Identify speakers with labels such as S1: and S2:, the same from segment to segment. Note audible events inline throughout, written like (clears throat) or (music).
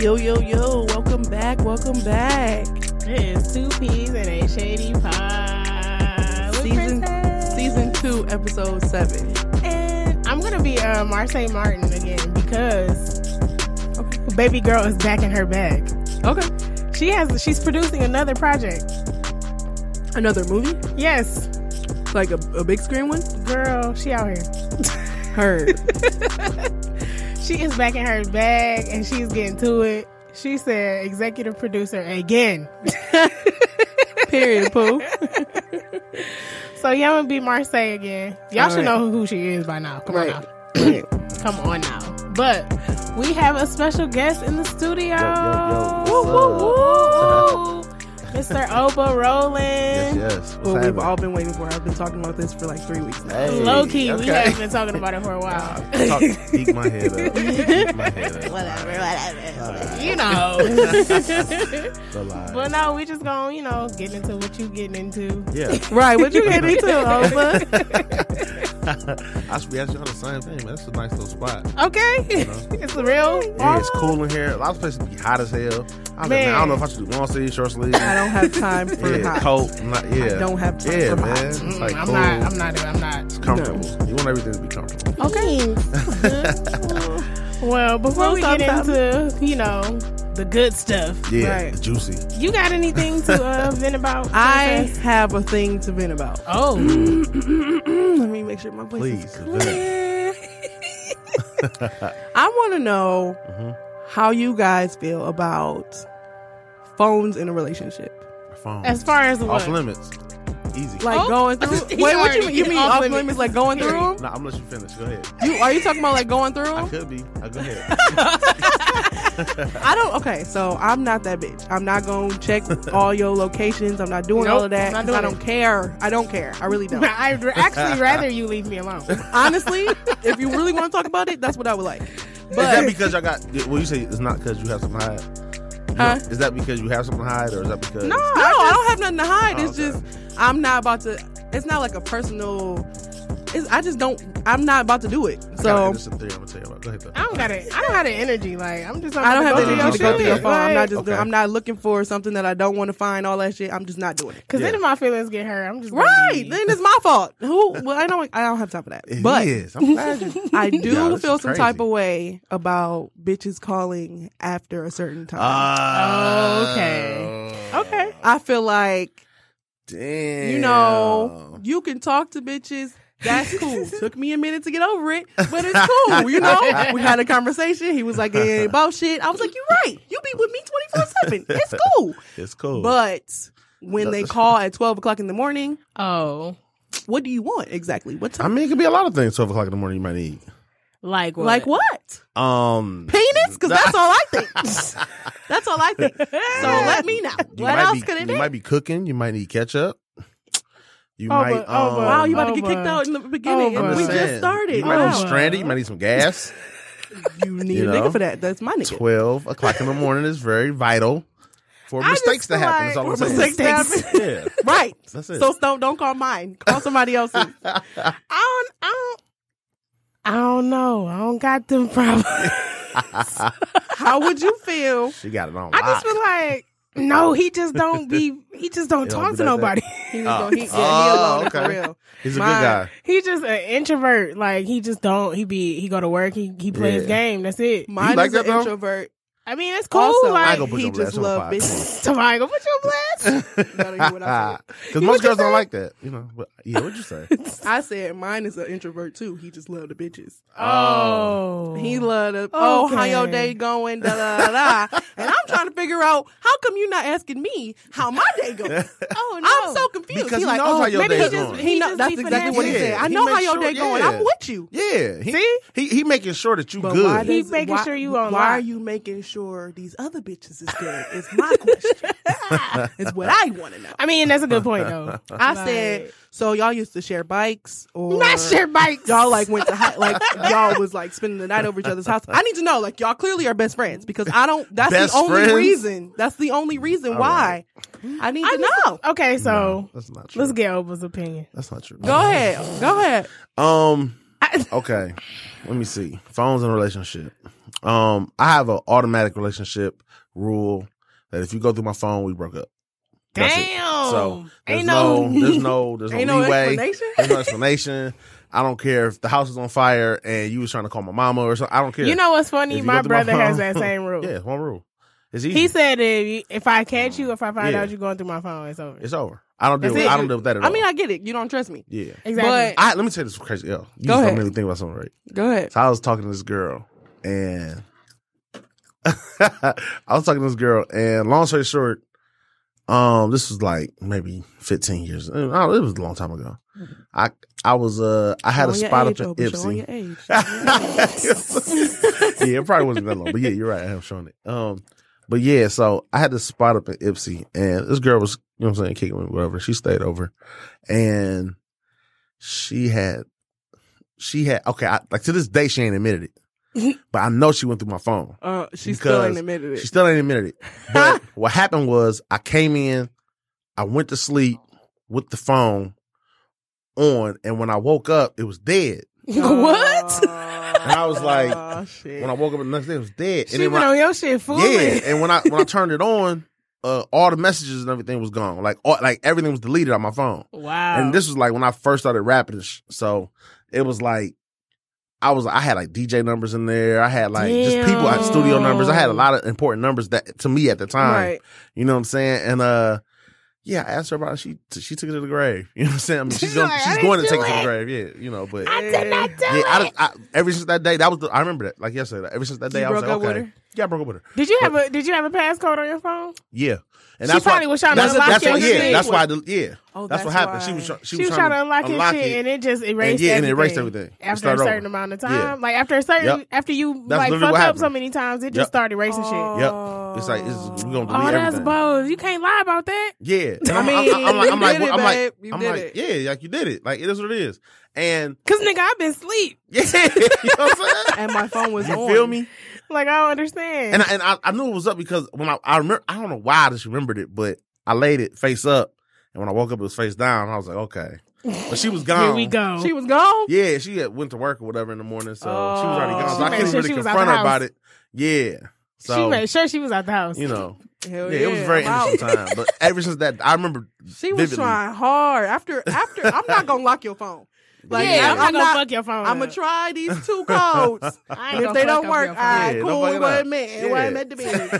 S1: Yo, yo, yo, welcome back, welcome back.
S2: It's two peas and a shady pie. with
S1: Season
S2: Princess.
S1: season two, episode seven.
S2: And I'm gonna be uh, Marseille Martin again because
S1: Okay.
S2: baby girl is back in her bag.
S1: Okay.
S2: She has she's producing another project.
S1: Another movie?
S2: Yes,
S1: Like a, a big screen one?
S2: girl, she out here.
S1: Heard. (laughs)
S2: She is back in her bag and she's getting to it. She said executive producer again.
S1: Period, Pooh.
S2: So yeah, I'm gonna be Marseille again. Y'all
S1: All
S2: should
S1: right.
S2: know who she is by now. Come
S1: Right.
S2: on now. (clears throat) Come on now. But we have a special guest in the studio.
S3: yo, yo.
S2: Woo,
S3: What's
S2: woo, woo. Mr. Oba
S3: Yes,
S2: Roland.
S3: yes. What's
S1: What we've
S3: happening?
S1: all been waiting for. I've been talking about this for like three weeks now.
S3: Hey,
S2: Low key, we
S3: okay.
S2: have been talking about it for a while.
S3: (laughs)
S2: (laughs)
S3: Talk, geek my head up. Geek my head up.
S2: Whatever,
S3: Alright.
S2: whatever. You
S3: (laughs)
S2: know.
S3: It's a lie.
S2: but no, we just gonna, you know, get into what you getting into.
S3: Yeah.
S1: Right, what you
S3: (laughs)
S1: get (laughs) into, Opa?
S3: I should be asking y'all the same thing, man. This is a nice little spot.
S2: Okay. (laughs) it's real.
S3: Yeah, it's cool in here. A lot of places be hot as hell. I, was like,
S2: Man.
S3: man, I don't know if I should do long sleeve, short sleeve.
S1: I don't have time for
S3: yeah,
S1: hot.
S3: coat. I'm not, yeah.
S1: I don't have time
S3: yeah,
S1: for
S3: man.
S1: hot.
S3: It's
S2: Mm,
S3: like
S2: I'm
S3: cool.
S2: not I'm not I'm not.
S3: It's comfortable. You want everything to be comfortable.
S2: Okay.
S1: Mm-hmm.
S2: (laughs) well, before we get
S1: Sometimes.
S2: into, you know, the good stuff,
S3: Yeah,
S1: Right.
S3: it's juicy.
S2: you got anything to
S3: (laughs)
S2: uh, vent about?
S1: I
S2: princess?
S1: have a thing to vent about.
S2: Oh,
S3: Mm,
S1: Mm, Let me make sure my voice
S3: Please.
S1: is clear. I want to know
S3: Mm-hmm.
S1: how you guys feel about phones in a relationship.
S3: Phone.
S2: (laughs) as far as what?
S3: Off
S2: (laughs)
S3: limits. Easy.
S1: Like (laughs)
S2: Oh,
S1: going through.
S2: he's
S1: Wait, what you
S2: already
S1: mean? You mean
S2: off
S1: off
S2: limits.
S1: limits? Like going through them?
S3: nah, I'm gonna let you finish. Go ahead.
S1: You are you talking about like going through
S3: I
S1: them?
S3: could be. I go ahead.
S1: I don't. Okay, so I'm not that bitch. I'm not going
S3: (laughs)
S1: to check all your locations. I'm not doing
S2: Nope,
S1: all of that.
S2: I'm not
S1: 'cause I
S2: doing
S1: don't
S2: it.
S1: care. I don't care. I really
S2: (laughs)
S1: don't.
S2: I'd r- actually rather you leave me alone.
S1: Honestly, if you really want to talk about it, that's what I would like.
S3: is that
S1: But
S3: because y'all got? Well, you say it's not because you have something to hide. You
S1: Huh?
S3: know, Is that because you have something to hide, or is that because?
S1: No, no, I don't have nothing to hide.
S3: Oh,
S1: it's
S3: okay.
S1: just I'm not about to. It's not like a personal. It's, I just don't. I'm not about to do it.
S3: I got an
S1: So
S3: interesting theory I'm gonna tell you about. Go ahead. Though.
S2: I don't got it. I don't have the energy. Like I'm just. not
S1: I don't have
S2: about
S1: the
S3: Uh,
S2: to
S1: energy to go
S3: okay,
S1: through your
S3: okay.
S1: phone. I'm not just.
S3: Okay.
S1: Doing, I'm not looking for something that I don't want to find. All that shit. I'm just not doing it.
S2: Because then
S3: Yeah.
S2: if my feelings get hurt, I'm just gonna
S1: Right.
S2: leave.
S1: Then it's my fault. Who? Well, I don't. I don't have time for that.
S3: It
S1: but
S3: is. I'm glad you.
S1: (laughs) I do
S3: Yeah, this is
S1: feel some type
S3: crazy.
S1: of way about bitches calling after a certain time.
S3: Ah.
S2: Okay. Okay.
S1: I feel like
S3: Damn.
S1: you know, you can talk to bitches.
S3: (laughs)
S1: That's cool. Took me a minute to get over it, but it's cool. You know, we had a conversation. He was like, "It ain't about shit." I was like, "You're right. You be with me twenty four seven. It's cool."
S3: It's cool.
S1: But when they call at twelve o'clock in the morning,
S2: Oh,
S1: what do you want exactly? What
S3: I
S1: time?
S3: mean, it could be a lot of things. Twelve o'clock in the morning, you might need.
S2: like what?
S1: Like what?
S3: Um,
S1: Penis? Because that's all I think. that's all I
S3: (laughs)
S1: think. So let me know.
S3: you
S1: What
S3: might be,
S1: else could
S3: You
S1: it be?
S3: might be cooking. You might need ketchup. You
S2: Oh,
S3: might.
S2: but- oh,
S3: um,
S2: but-
S1: Wow, you about to
S2: Oh,
S1: get
S2: boy.
S1: kicked out in the beginning,
S2: Oh,
S1: and
S3: I'm
S1: we
S3: just
S1: just
S3: saying,
S1: started.
S3: You might be
S1: Wow.
S3: stranded. You might need some gas.
S1: You need
S3: you
S1: a nigga
S3: know?
S1: for that. That's my nigga.
S3: 12 o'clock in the morning is very vital for
S1: I just
S3: mistakes to
S1: feel
S3: happen. That's
S1: like-
S3: all I'm
S1: for
S3: saying.
S1: mistakes to
S3: (laughs) yeah.
S1: Right.
S3: That's it.
S1: So don't don't call mine. Call somebody else's.
S3: (laughs)
S2: I don't. I don't. I don't know. I don't got them (laughs) problems.
S1: How would you feel?
S3: she got it on.
S2: I just
S3: lock.
S2: feel like no, he just don't be. He
S3: (laughs)
S2: just don't
S3: He don't
S2: talk
S3: do
S2: to
S3: that
S2: nobody. (laughs)
S1: He was
S3: Oh.
S1: gonna, he, yeah,
S3: Oh,
S1: he alone
S3: okay.
S1: for real.
S3: He's a
S1: Mine.
S3: good
S1: (laughs)
S3: guy.
S2: He's just an introvert. Like he just don't. He be. He go to work. He he plays
S3: Yeah.
S2: game. That's it.
S1: Mine
S3: like
S1: is
S3: that,
S1: an
S3: though?
S1: introvert.
S2: I mean, it's cool.
S1: Also,
S2: like,
S3: I
S1: I
S2: (laughs)
S3: ain't gonna put
S1: he
S3: your blast
S1: just
S3: on the
S1: love bitches.
S2: Somebody gonna put your
S3: (laughs)
S2: blast.
S1: gotta hear what I said.
S3: Because most girls don't like that, you know. But yeah, what'd you
S1: (laughs)
S3: say?
S1: I said mine is an introvert too. He just loved the bitches.
S2: Oh,
S1: He loved the oh how your
S2: Okay.
S1: day going da da da. da. and I'm trying to figure out how come you're not asking me how my day (laughs) goes.
S2: Oh
S1: I'm so confused.
S3: Because he
S1: like,
S3: knows
S1: oh,
S3: how your
S1: maybe
S3: day
S1: he just,
S3: going.
S1: he
S2: He
S1: know-
S2: just
S1: that's
S2: be
S1: exactly what he
S3: financial.
S1: said. I
S3: Yeah,
S1: know
S3: he
S1: how
S3: makes
S1: your
S3: sure-
S1: day going.
S3: yeah.
S1: I'm with you.
S3: Yeah, he,
S2: See?
S3: he he making sure that you
S1: But
S3: good.
S1: why
S2: He
S1: does-
S2: making
S1: why-
S2: sure you
S1: Why
S2: online.
S1: are you making sure these other bitches is good? It's my (laughs) question. it's what I want to know.
S2: I mean, that's a good point
S3: (laughs)
S2: though.
S1: I
S2: Like-
S1: said, so y'all used to share bikes or
S2: not share bikes.
S1: y'all like went to hi- like y'all was like spending the night over each other's house. I need to know like y'all clearly are best friends because I don't. That's
S3: Best
S1: the only
S3: friends?
S1: reason. That's the only reason why. I need
S2: I
S1: to know.
S2: Okay, so
S3: No, that's not true.
S2: let's get Oba's opinion. (laughs)
S3: That's not true.
S1: Go ahead. Go ahead.
S3: Um.
S2: I-
S3: Okay. Let me see. Phones and relationship. Um. I have an automatic relationship rule that if you go through my phone, we broke up. That's it.
S2: Damn.
S3: So there's
S2: Ain't
S3: no,
S2: no-
S3: there's no, there's
S1: Oh, (laughs) Ain't
S3: no,
S1: no
S3: leeway.
S1: explanation?
S3: There's no explanation. I don't care if the house is on fire and you was trying to call my mama or something. I don't care.
S2: (laughs) You know what's funny?
S3: If you
S2: My
S3: go through my
S2: brother has
S3: phone-
S2: that same rule.
S3: (laughs) yeah, it's one rule. It's easy.
S2: He said if, you- if I catch you, if I find
S3: Yeah.
S2: out you're going through my phone, it's over.
S3: it's over. I don't deal.
S1: That's
S3: With,
S1: it.
S3: I don't deal with that at all.
S1: I mean, I get it. You don't trust me.
S3: yeah.
S2: exactly.
S1: But
S3: I let me tell you this crazy. Yo, you
S1: Go
S3: just
S1: ahead.
S3: don't really think about something right.
S1: go ahead.
S3: So I was talking to this girl and (laughs) I was talking to this girl and long story short, um, this was like maybe 15 years. uh, No, it was a long time ago. I I was uh I had a
S1: Showing Hmm. your
S3: spot
S1: age,
S3: up
S1: Obi,
S3: in
S1: showing
S3: Ipsy.
S1: your age.
S3: (laughs) yeah, it probably wasn't that long, but yeah, you're right. I am showing it. Um, but yeah, so I had this spot up in Ipsy, and this girl was, you know what I'm saying, kicking me, whatever. She stayed over, and she had, she had, okay, I, like to this day, she ain't admitted it, but I know she went through my phone.
S1: Uh, she still ain't
S3: Because
S1: admitted
S3: She
S1: it.
S3: still ain't admitted it. But what happened was, I came in, I went to sleep with the phone on, and when I woke up, it was dead. (laughs)
S2: (laughs) what?
S3: And I was like,
S1: Oh, shit.
S3: When I woke up the next day, it was dead.
S2: She
S3: and then
S2: been
S3: when I-
S2: on your shit fooling.
S3: Yeah, and when I when I turned it on, uh, all the messages and everything was gone. Like all, like everything was deleted on my phone.
S2: Wow.
S3: And this was like when I first started rapping. and sh- So it was like I was I had like DJ numbers in there. I had like just people at studio numbers. I had a lot of important numbers that to me at the time.
S1: right.
S3: You know what I'm saying? And uh yeah, I asked her about it. She she took it to the grave. (laughs) You know what I'm saying? I mean, she's,
S2: She's
S3: gonna,
S2: like, I
S3: she's going to
S2: didn't
S3: take it to
S2: do
S3: the grave. Yeah, you know, but
S2: I did not do
S3: yeah,
S2: it.
S3: I, just- I, ever since that day, that was the, I remember that like yesterday. Like, ever since that day,
S1: You
S3: I was
S1: broke
S3: like,
S1: up with
S3: okay,
S1: her?
S3: yeah, I broke up with her.
S2: did you have a Did you have a passcode on your phone?
S3: Yeah, and
S2: She probably was trying to
S3: that's,
S2: unlock
S3: that's
S2: your
S3: why, yeah,
S2: shit.
S3: that's why. I del- yeah,
S1: Oh,
S3: that's, what
S1: that's
S3: happened. She
S1: why.
S3: was try- she,
S2: She was trying to unlock,
S3: unlock
S2: your shit,
S3: it.
S2: and it just erased.
S3: yeah, and
S2: everything.
S3: it erased everything.
S2: after a
S3: Start over.
S2: certain amount of time.
S3: Yeah.
S2: Like after a certain,
S3: Yep.
S2: after you
S3: That's
S2: like
S3: literally
S2: fuck
S3: what
S2: up so
S3: happened.
S2: many times, it
S3: Yep.
S2: just started erasing shit.
S3: Yep. It's like, it's- we gonna
S2: Oh,
S3: delete
S2: that's
S3: everything.
S2: bold. You can't lie about that. (laughs)
S3: yeah, and I'm,
S1: I
S3: I'm- I'm,
S1: mean,
S3: like,
S1: you
S3: I'm like,
S1: did it,
S3: I'm like,
S1: babe. You
S3: I'm
S1: did
S3: like,
S1: it.
S3: yeah, like you did it. Like it is what it is, and (laughs)
S2: Cause nigga, I've been sleep.
S3: yeah, you know what I'm saying.
S1: And my phone was
S3: You
S1: on.
S3: feel me?
S2: Like I don't understand.
S3: And I, and I, I knew it was up because when I, I remember, I don't know why I just remembered it, but I laid it face up, and when I woke up, it was face down. I was like, okay, but um, she was gone.
S2: Here we go.
S1: She was gone.
S3: Yeah, she had went to work or whatever in the morning, so she was already gone. So
S1: Oh.
S3: I
S1: She made
S3: couldn't
S2: sure
S3: really
S2: she was out
S3: confront
S2: the
S3: her about
S2: house.
S3: it. Yeah. So
S2: she made Oh, sure she was out the house.
S3: you know,
S1: Hell
S3: yeah, it was a very
S1: I'm out.
S3: interesting time. But ever since that, I remember (laughs)
S1: She was
S3: vividly.
S1: trying hard. After after I'm not gonna lock your phone. Like
S2: yeah, I'm,
S1: I'm,
S2: not gonna fuck your phone.
S1: I'm gonna
S2: up.
S1: try these two codes.
S3: (laughs)
S2: I ain't
S1: if
S2: gonna
S1: they
S2: fuck
S1: don't
S2: up
S1: work,
S2: your
S1: all
S2: phone.
S1: right,
S3: Yeah, don't
S1: cool.
S3: fuck
S1: It
S3: it up.
S1: wasn't meant. It
S3: Yeah.
S1: wasn't meant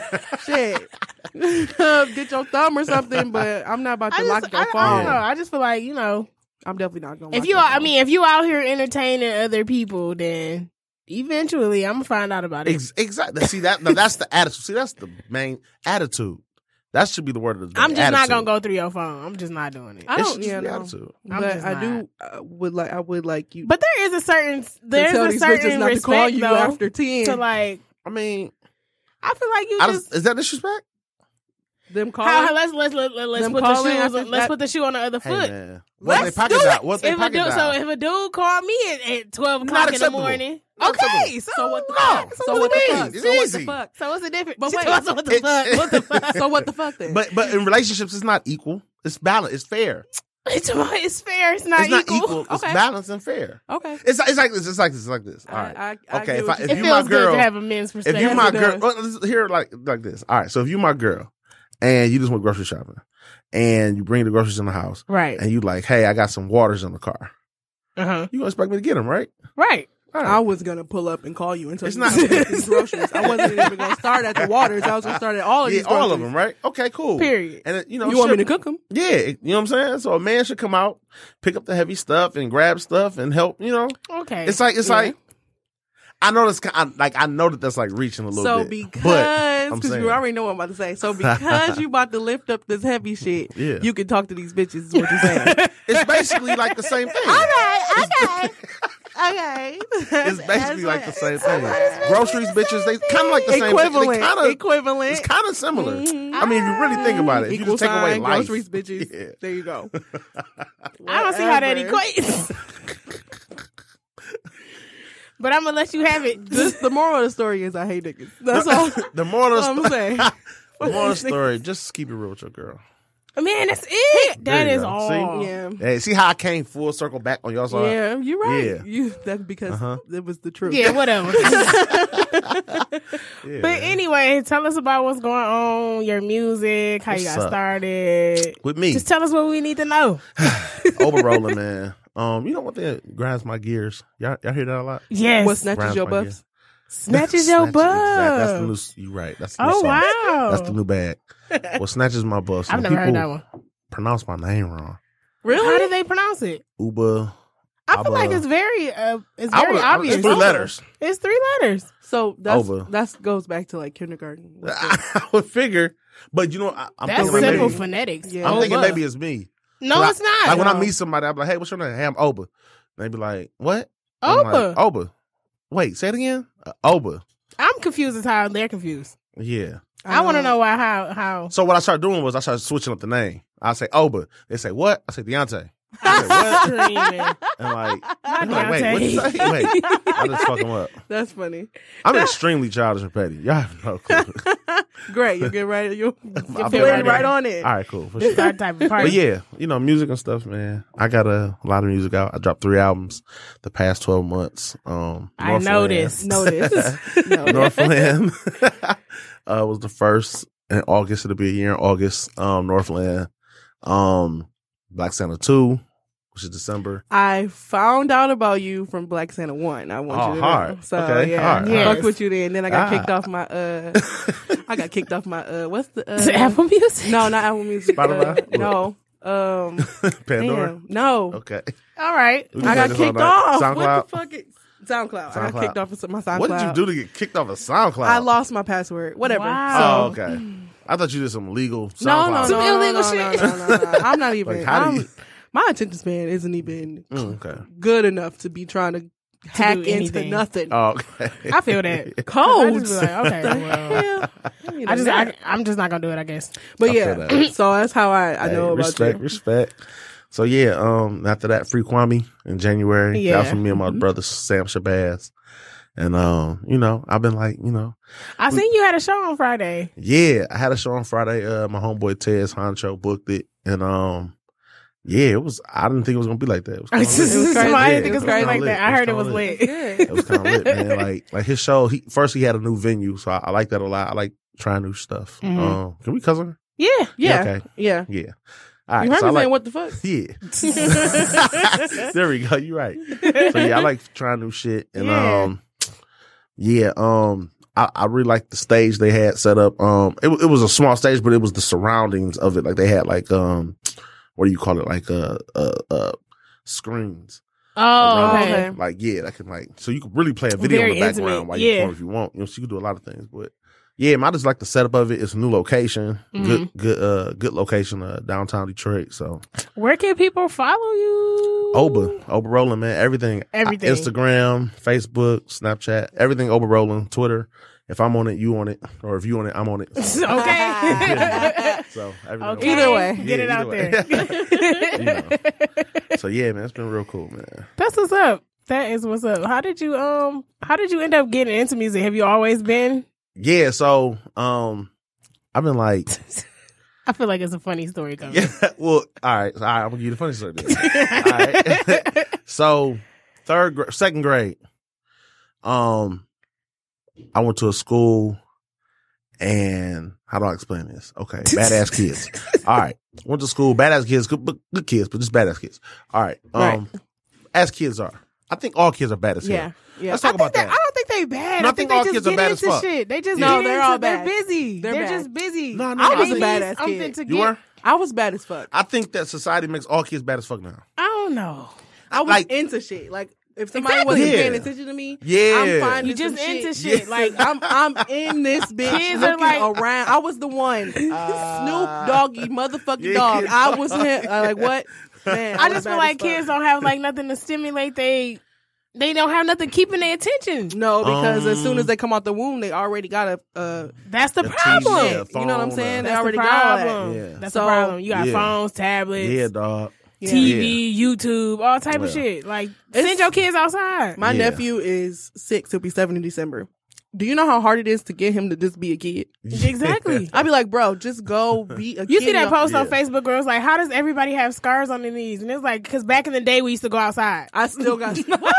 S1: to be. (laughs) Shit. Get your thumb or something, but I'm not about to
S2: I,
S1: lock
S2: just,
S1: your
S2: I,
S1: phone.
S2: I don't know. I just feel like you know,
S1: I'm definitely not gonna.
S2: if
S1: lock
S2: you,
S1: your
S2: are, I
S1: phone.
S2: mean, if you out here entertaining other people, then eventually I'm gonna find out about it.
S3: ex- exactly. See that? now that's the attitude. See, that's the main attitude. That should be the word of the day.
S2: I'm just not
S3: attitude.
S2: gonna go through your phone. I'm just not doing it.
S1: I
S3: It
S1: don't.
S3: should just
S1: Yeah,
S3: be
S1: no.
S3: attitude.
S2: I'm
S1: But
S2: just
S1: I do
S2: not.
S1: uh, would like. I would like you.
S2: But there is a certain there's
S1: to tell
S2: a
S1: these
S2: certain
S1: bitches not to
S2: respect
S1: call you
S2: though
S1: after ten.
S2: to like.
S3: I mean,
S2: I feel like you
S3: I
S2: just.
S3: just, is that disrespect?
S1: them calling.
S2: How, let's let's let, let, let's
S1: Them
S2: put the
S1: calling
S2: shoes.
S1: after
S2: On, let's
S1: that-
S2: put the shoe on the other
S3: Hey
S2: foot.
S3: man,
S1: Let's
S3: what they pocket
S1: do
S3: dial? What they
S2: If a
S3: pocket
S2: dude, so
S3: dial?
S2: if a dude called me at, at twelve
S3: Not
S2: o'clock in the
S3: acceptable.
S2: morning,
S3: Not
S2: okay, so,
S3: acceptable.
S2: what the
S3: No.
S2: fuck?
S3: So
S1: so
S3: what
S1: what
S3: do
S1: the
S3: you mean?
S1: fuck? So
S3: It's
S1: what the
S3: easy.
S1: fuck?
S2: So what's the difference?
S1: But
S2: She
S1: wait.
S2: told us what the
S3: It-
S2: fuck? What the fuck?
S1: So what the fuck
S3: (laughs)
S1: then?
S3: But but in relationships, it's not equal. It's balanced. It's fair.
S2: It's, it's fair. It's not,
S3: it's not equal. It's
S1: Okay.
S3: balanced and fair.
S1: okay.
S3: It's it's like this. It's like this. It's like this. All
S1: I-
S3: right.
S1: I- I
S3: okay.
S1: get
S3: If, I, if
S1: what you-
S2: It
S3: you
S2: feels
S3: my
S2: good
S3: girl,
S2: to have a men's perspective.
S3: if you my
S1: Yes, it
S3: girl,
S1: does.
S3: well, let's hear it like like this. All right. So if you my girl, and you just went grocery shopping, and you bring the groceries in the house,
S2: right,
S3: and you like, hey, I got some waters in the car.
S2: uh huh,
S3: You gonna expect me to get them, right?
S2: right.
S3: All
S1: I
S3: right.
S1: was gonna pull up and call you and tell
S3: It's
S1: you
S3: not- (laughs)
S1: to get these groceries. I wasn't even gonna start at the waters. I was gonna start at all of
S3: yeah,
S1: these.
S3: all of
S1: groceries.
S3: them, right? Okay, cool.
S2: Period.
S3: And uh, you know,
S1: You want me
S3: shit-
S1: to cook them?
S3: Yeah, you know what I'm saying. So a man should come out, pick up the heavy stuff, and grab stuff and help. You know,
S2: Okay.
S3: it's like it's
S1: Yeah.
S3: like. I know that's ki- I, like I know that that's like reaching a little
S1: So
S3: bit.
S1: because
S3: I'm
S1: because
S3: saying-
S1: you already know what I'm about to say. So because you about to lift up this heavy
S3: (laughs)
S1: shit,
S3: Yeah.
S1: you can talk to these bitches. Is what you're saying?
S3: (laughs) it's basically like the
S1: (laughs)
S3: same thing.
S1: okay,
S3: (laughs)
S1: okay, okay.
S3: It's basically like the same thing. Groceries, bitches, they kind of like the same thing. They
S1: equivalent.
S3: kind of
S1: equivalent.
S3: it's kind of similar.
S2: Mm-hmm.
S3: I mean, if you really think about it, if you
S1: Equal
S3: just take away
S1: sign,
S3: life.
S1: groceries, bitches.
S3: Yeah.
S1: There you go.
S2: I don't see how that
S1: Whatever.
S2: equates. but I'm gonna let you have it.
S1: Just the moral of the story is I hate niggas.
S3: (laughs)
S1: That's all
S3: (laughs) The moral of
S1: I'm
S3: the
S1: saying.
S3: sto- (laughs) the moral of the story, just keep it real with your girl.
S2: Man, that's it.
S3: There
S2: That
S3: you
S2: is
S3: go.
S2: all.
S3: See?
S1: Yeah.
S3: Hey, see how I came full circle back on y'all side?
S1: Yeah, you're right.
S3: Yeah.
S1: You that's because
S3: Uh-huh.
S1: it was the truth.
S3: (laughs)
S2: Yeah, whatever.
S3: Yeah.
S2: but anyway, tell us about what's going on, your music, how you
S3: What's
S2: got
S3: up?
S2: started.
S3: with me,
S2: Just (laughs) tell us what we need to know.
S3: overrolling, man. Um, you know what that grinds my gears? Y'all, y'all hear that a lot?
S2: Yes.
S1: What snatches
S3: Grinds
S1: your
S3: my
S1: buffs?
S3: gears.
S2: snatches your
S3: Snatches- exact-
S2: butt.
S3: That's the new. s- You right? That's the new
S2: oh
S3: song.
S2: wow.
S3: That's the new
S2: (laughs)
S3: bag. What snatches my buffs?
S2: I've
S3: and
S2: never heard
S3: people
S2: that one.
S3: Pronounce my name wrong.
S2: How do they pronounce it?
S3: Uber.
S2: I feel
S3: Abba.
S2: like it's very uh, it's very
S3: would-
S2: obvious. Oh.
S3: It's three letters. (laughs)
S2: It's three letters.
S1: So that's
S3: Over.
S1: that's goes back to
S3: (laughs)
S1: like kindergarten.
S3: I would figure, but you know, I, I'm
S2: That's
S3: thinking
S2: simple
S3: maybe,
S2: phonetics.
S1: Yeah.
S3: I'm
S1: Oh,
S3: thinking
S2: Abba.
S3: maybe it's me.
S2: No,
S3: Like,
S2: it's not.
S3: Like when I
S1: No.
S3: meet somebody, I'm like, "Hey, what's your name?" Hey, I'm Oba. They be like, "What?" I'm like, oh.
S2: Opa.
S3: Oba. Wait, say it again. Uh, Oba.
S2: I'm confused as how they're confused.
S3: Yeah.
S2: I, want to know why how how
S3: So what I started doing was I started switching up the name. I say Oba. They say what? I say Deontay. I say, what?
S2: Screaming.
S3: And like,
S2: (laughs) Not
S3: I'm like, wait, what you
S2: Deontay.
S3: say? Wait, I just fuck 'em up.
S1: That's funny.
S2: (laughs)
S3: I'm extremely childish and petty. Y'all have no clue. All
S1: Great, you'll get right. You'll
S3: (laughs) I'll
S1: get
S3: be
S1: right,
S3: right
S1: right
S2: there.
S1: on it.
S3: right, cool. For sure.
S2: This is our type of party.
S3: But yeah, you know, music and stuff, man. I got a, a lot of music out. I dropped three albums the past twelve months. Um, (laughs)
S2: I noticed.
S1: Notice. no.
S3: Northland (laughs) uh, was the first in August. It'll be a year in August. Um, Northland, um, Black Santa two, which is December. (laughs)
S1: I found out about you from Black Santa One. I want
S3: Oh,
S1: you to know.
S3: hard.
S1: So
S3: Okay,
S1: yeah,
S3: hard,
S2: hard.
S1: fuck with you then. Then I got
S3: Ah.
S1: kicked off my uh, I got kicked off my uh, what's the
S2: To
S1: uh,
S2: Apple Music.
S1: no, not Apple Music. Uh,
S3: Spotify?
S1: no, um,
S3: Pandora.
S1: damn, no.
S3: Okay.
S2: All right.
S3: We
S1: I
S3: had
S1: got
S3: this all
S1: kicked
S3: night.
S1: off. What
S3: SoundCloud.
S1: the fuck? Is, SoundCloud. I got
S3: SoundCloud.
S1: kicked off of my SoundCloud.
S3: What did you do to get kicked off of SoundCloud?
S1: I lost my password. Whatever.
S3: Oh,
S2: Wow.
S3: okay. I thought you did some legal SoundCloud.
S1: So, no, no, no,
S2: Some
S1: no,
S2: illegal
S1: no, no,
S2: shit.
S1: no, no, no. (laughs) I'm not even.
S3: Like, how do
S1: I'm-
S3: you-
S1: (laughs) my attention span isn't even
S3: Mm, okay.
S1: good enough to be trying to, hack into
S2: anything.
S1: nothing.
S3: Oh, okay.
S2: I feel that.
S3: (laughs)
S2: I
S1: Cold.
S2: just be like, okay, well.
S1: Yeah.
S2: I just I, I'm just not gonna do it. I guess.
S1: but
S3: I
S1: yeah,
S3: feel
S1: (clears throat) so that's how I, I
S3: Hey,
S1: know about
S3: respect,
S1: you.
S3: respect. So yeah, um, after that, free Kwame in January.
S2: Yeah.
S3: That was from me and my brother Sam Shabazz. And um, you know, I've been like, you know,
S2: I seen you had a show on Friday.
S3: yeah, I had a show on Friday. Uh, my homeboy Tez Honcho booked it, and um, yeah, it was. I didn't think it was gonna be like that. It was
S2: I
S3: kinda
S2: just-
S3: lit.
S1: It was crazy.
S2: I
S3: Yeah,
S2: didn't think it was gonna be like
S3: kinda
S2: that.
S3: lit.
S2: I heard it was
S3: kinda
S2: lit.
S1: Good.
S3: It was kind of lit,
S2: (laughs)
S3: man. Like, like his show. He first he had a new venue, so I, I like that a lot. I like trying new stuff.
S2: Mhm.
S3: Um, can we cousin?
S2: Yeah.
S1: Yeah,
S3: Okay.
S1: (laughs) yeah.
S3: Yeah. All right.
S1: You heard
S3: so I
S1: me
S3: like, (laughs)
S1: saying what the fuck?
S3: Yeah. (laughs) there we go. You're right. So yeah, I like trying new shit. And
S2: Yeah.
S3: um yeah, um I, I really like the stage they had set up. Um it, wa- it was a small stage, but it was the surroundings of it. Like they had like um what do you call it? Like uh uh uh screens.
S2: Oh,
S3: around
S2: okay.
S3: it. Like yeah, that can like so you could really play a video
S2: Very
S3: in the background
S2: intimate,
S3: while
S2: yeah.
S3: you perform if you want. You know, so you can do a lot of things, but yeah, man, I just like the setup of it. It's a new location,
S2: Mm-hmm.
S3: good, good, uh, good location, uh, downtown Detroit. So
S2: Where can people follow you?
S3: Oba, Oba Rolling, man. Everything.
S2: Everything.
S3: Instagram, Facebook, Snapchat, everything Oba Rolling, Twitter. If I'm on it, you on it. Or if you on it, I'm
S2: (laughs)
S3: on it. So, (laughs)
S2: (laughs) okay.
S3: so everything.
S2: okay.
S1: Either way.
S2: Get
S3: Yeah,
S2: it
S3: either
S2: out
S3: way. (laughs) You
S2: there.
S3: know. So yeah, man, it's been real cool, man.
S2: That's what's up. That is what's up. How did you um how did you end up getting into music? Have you always been?
S3: Yeah, so um I've been like
S2: I feel like it's a funny story though. (laughs)
S3: Yeah, (laughs) well, all right. So, all right, I'm gonna give you the funny story then. all right. (laughs) so third grade second grade. Um I went to a school and how do I explain this? Okay,
S1: (laughs)
S3: badass kids. All right. Went to school, badass kids, good, but good kids, but just badass kids. All right. Um as kids are. I think all kids are bad as hell.
S1: Yeah. Yeah.
S3: Let's talk
S2: I think
S3: about
S2: they-
S3: that.
S2: I don't think they bad.
S3: No,
S2: I, think, all they kids just are
S3: bad
S2: get
S3: as
S2: into
S3: fuck.
S2: shit. They just
S1: No,
S2: get
S1: they're
S2: into,
S1: all bad.
S2: They're busy.
S1: They're
S2: They're,
S1: bad.
S2: just busy.
S3: No, no,
S1: I was a
S2: Ain't
S1: badass
S2: something
S1: kid.
S2: To
S3: You
S2: get.
S3: were?
S1: I was bad as fuck.
S3: I think that society makes all kids bad as fuck now.
S2: I don't know.
S1: I was
S3: Like-
S1: into shit. Like if somebody
S2: Exactly.
S1: wasn't
S3: Yeah.
S1: paying attention to me,
S3: Yeah.
S1: I'm fine.
S2: You just into shit. Like
S1: I'm I'm in (laughs) this bitch
S2: Kids are
S1: looking
S2: like-
S1: around. I was the one (laughs) Snoop Doggy motherfucking
S3: Ah. Yeah.
S1: dog. I
S3: (laughs)
S1: was him. I like what? Man,
S2: I
S1: was
S2: just
S1: bad
S2: feel like
S1: as fuck.
S2: kids don't have like nothing to stimulate. They they don't have nothing keeping their attention.
S1: No, because as
S3: Um,
S1: soon as they come out the womb, they already got a. Uh,
S2: That's the
S3: The
S2: problem.
S3: TV,
S1: you know what I'm
S3: phone,
S1: saying?
S3: uh,
S1: They
S2: That's
S1: already
S2: the
S1: got all that.
S2: problem.
S3: Yeah.
S2: That's
S1: So-
S2: the problem. You got
S3: Yeah.
S2: phones, tablets,
S3: Yeah, dog.
S1: Yeah.
S2: TV, YouTube, all type
S3: Well.
S2: of shit. Like
S1: It's-
S2: send your kids outside.
S3: (laughs)
S1: My
S3: Yeah.
S1: nephew is six. He'll be seven in December. Do you know how hard it is to get him to just be a kid?
S2: Exactly.
S1: I'd be like, bro, just go be a kid.
S2: (laughs) You see that
S1: y'all."
S2: post on
S3: Yeah.
S2: Facebook, girls like, how does everybody have scars on their knees? And it's like, because back in the day, we used to go outside.
S1: I still
S2: (laughs)
S1: got (laughs) what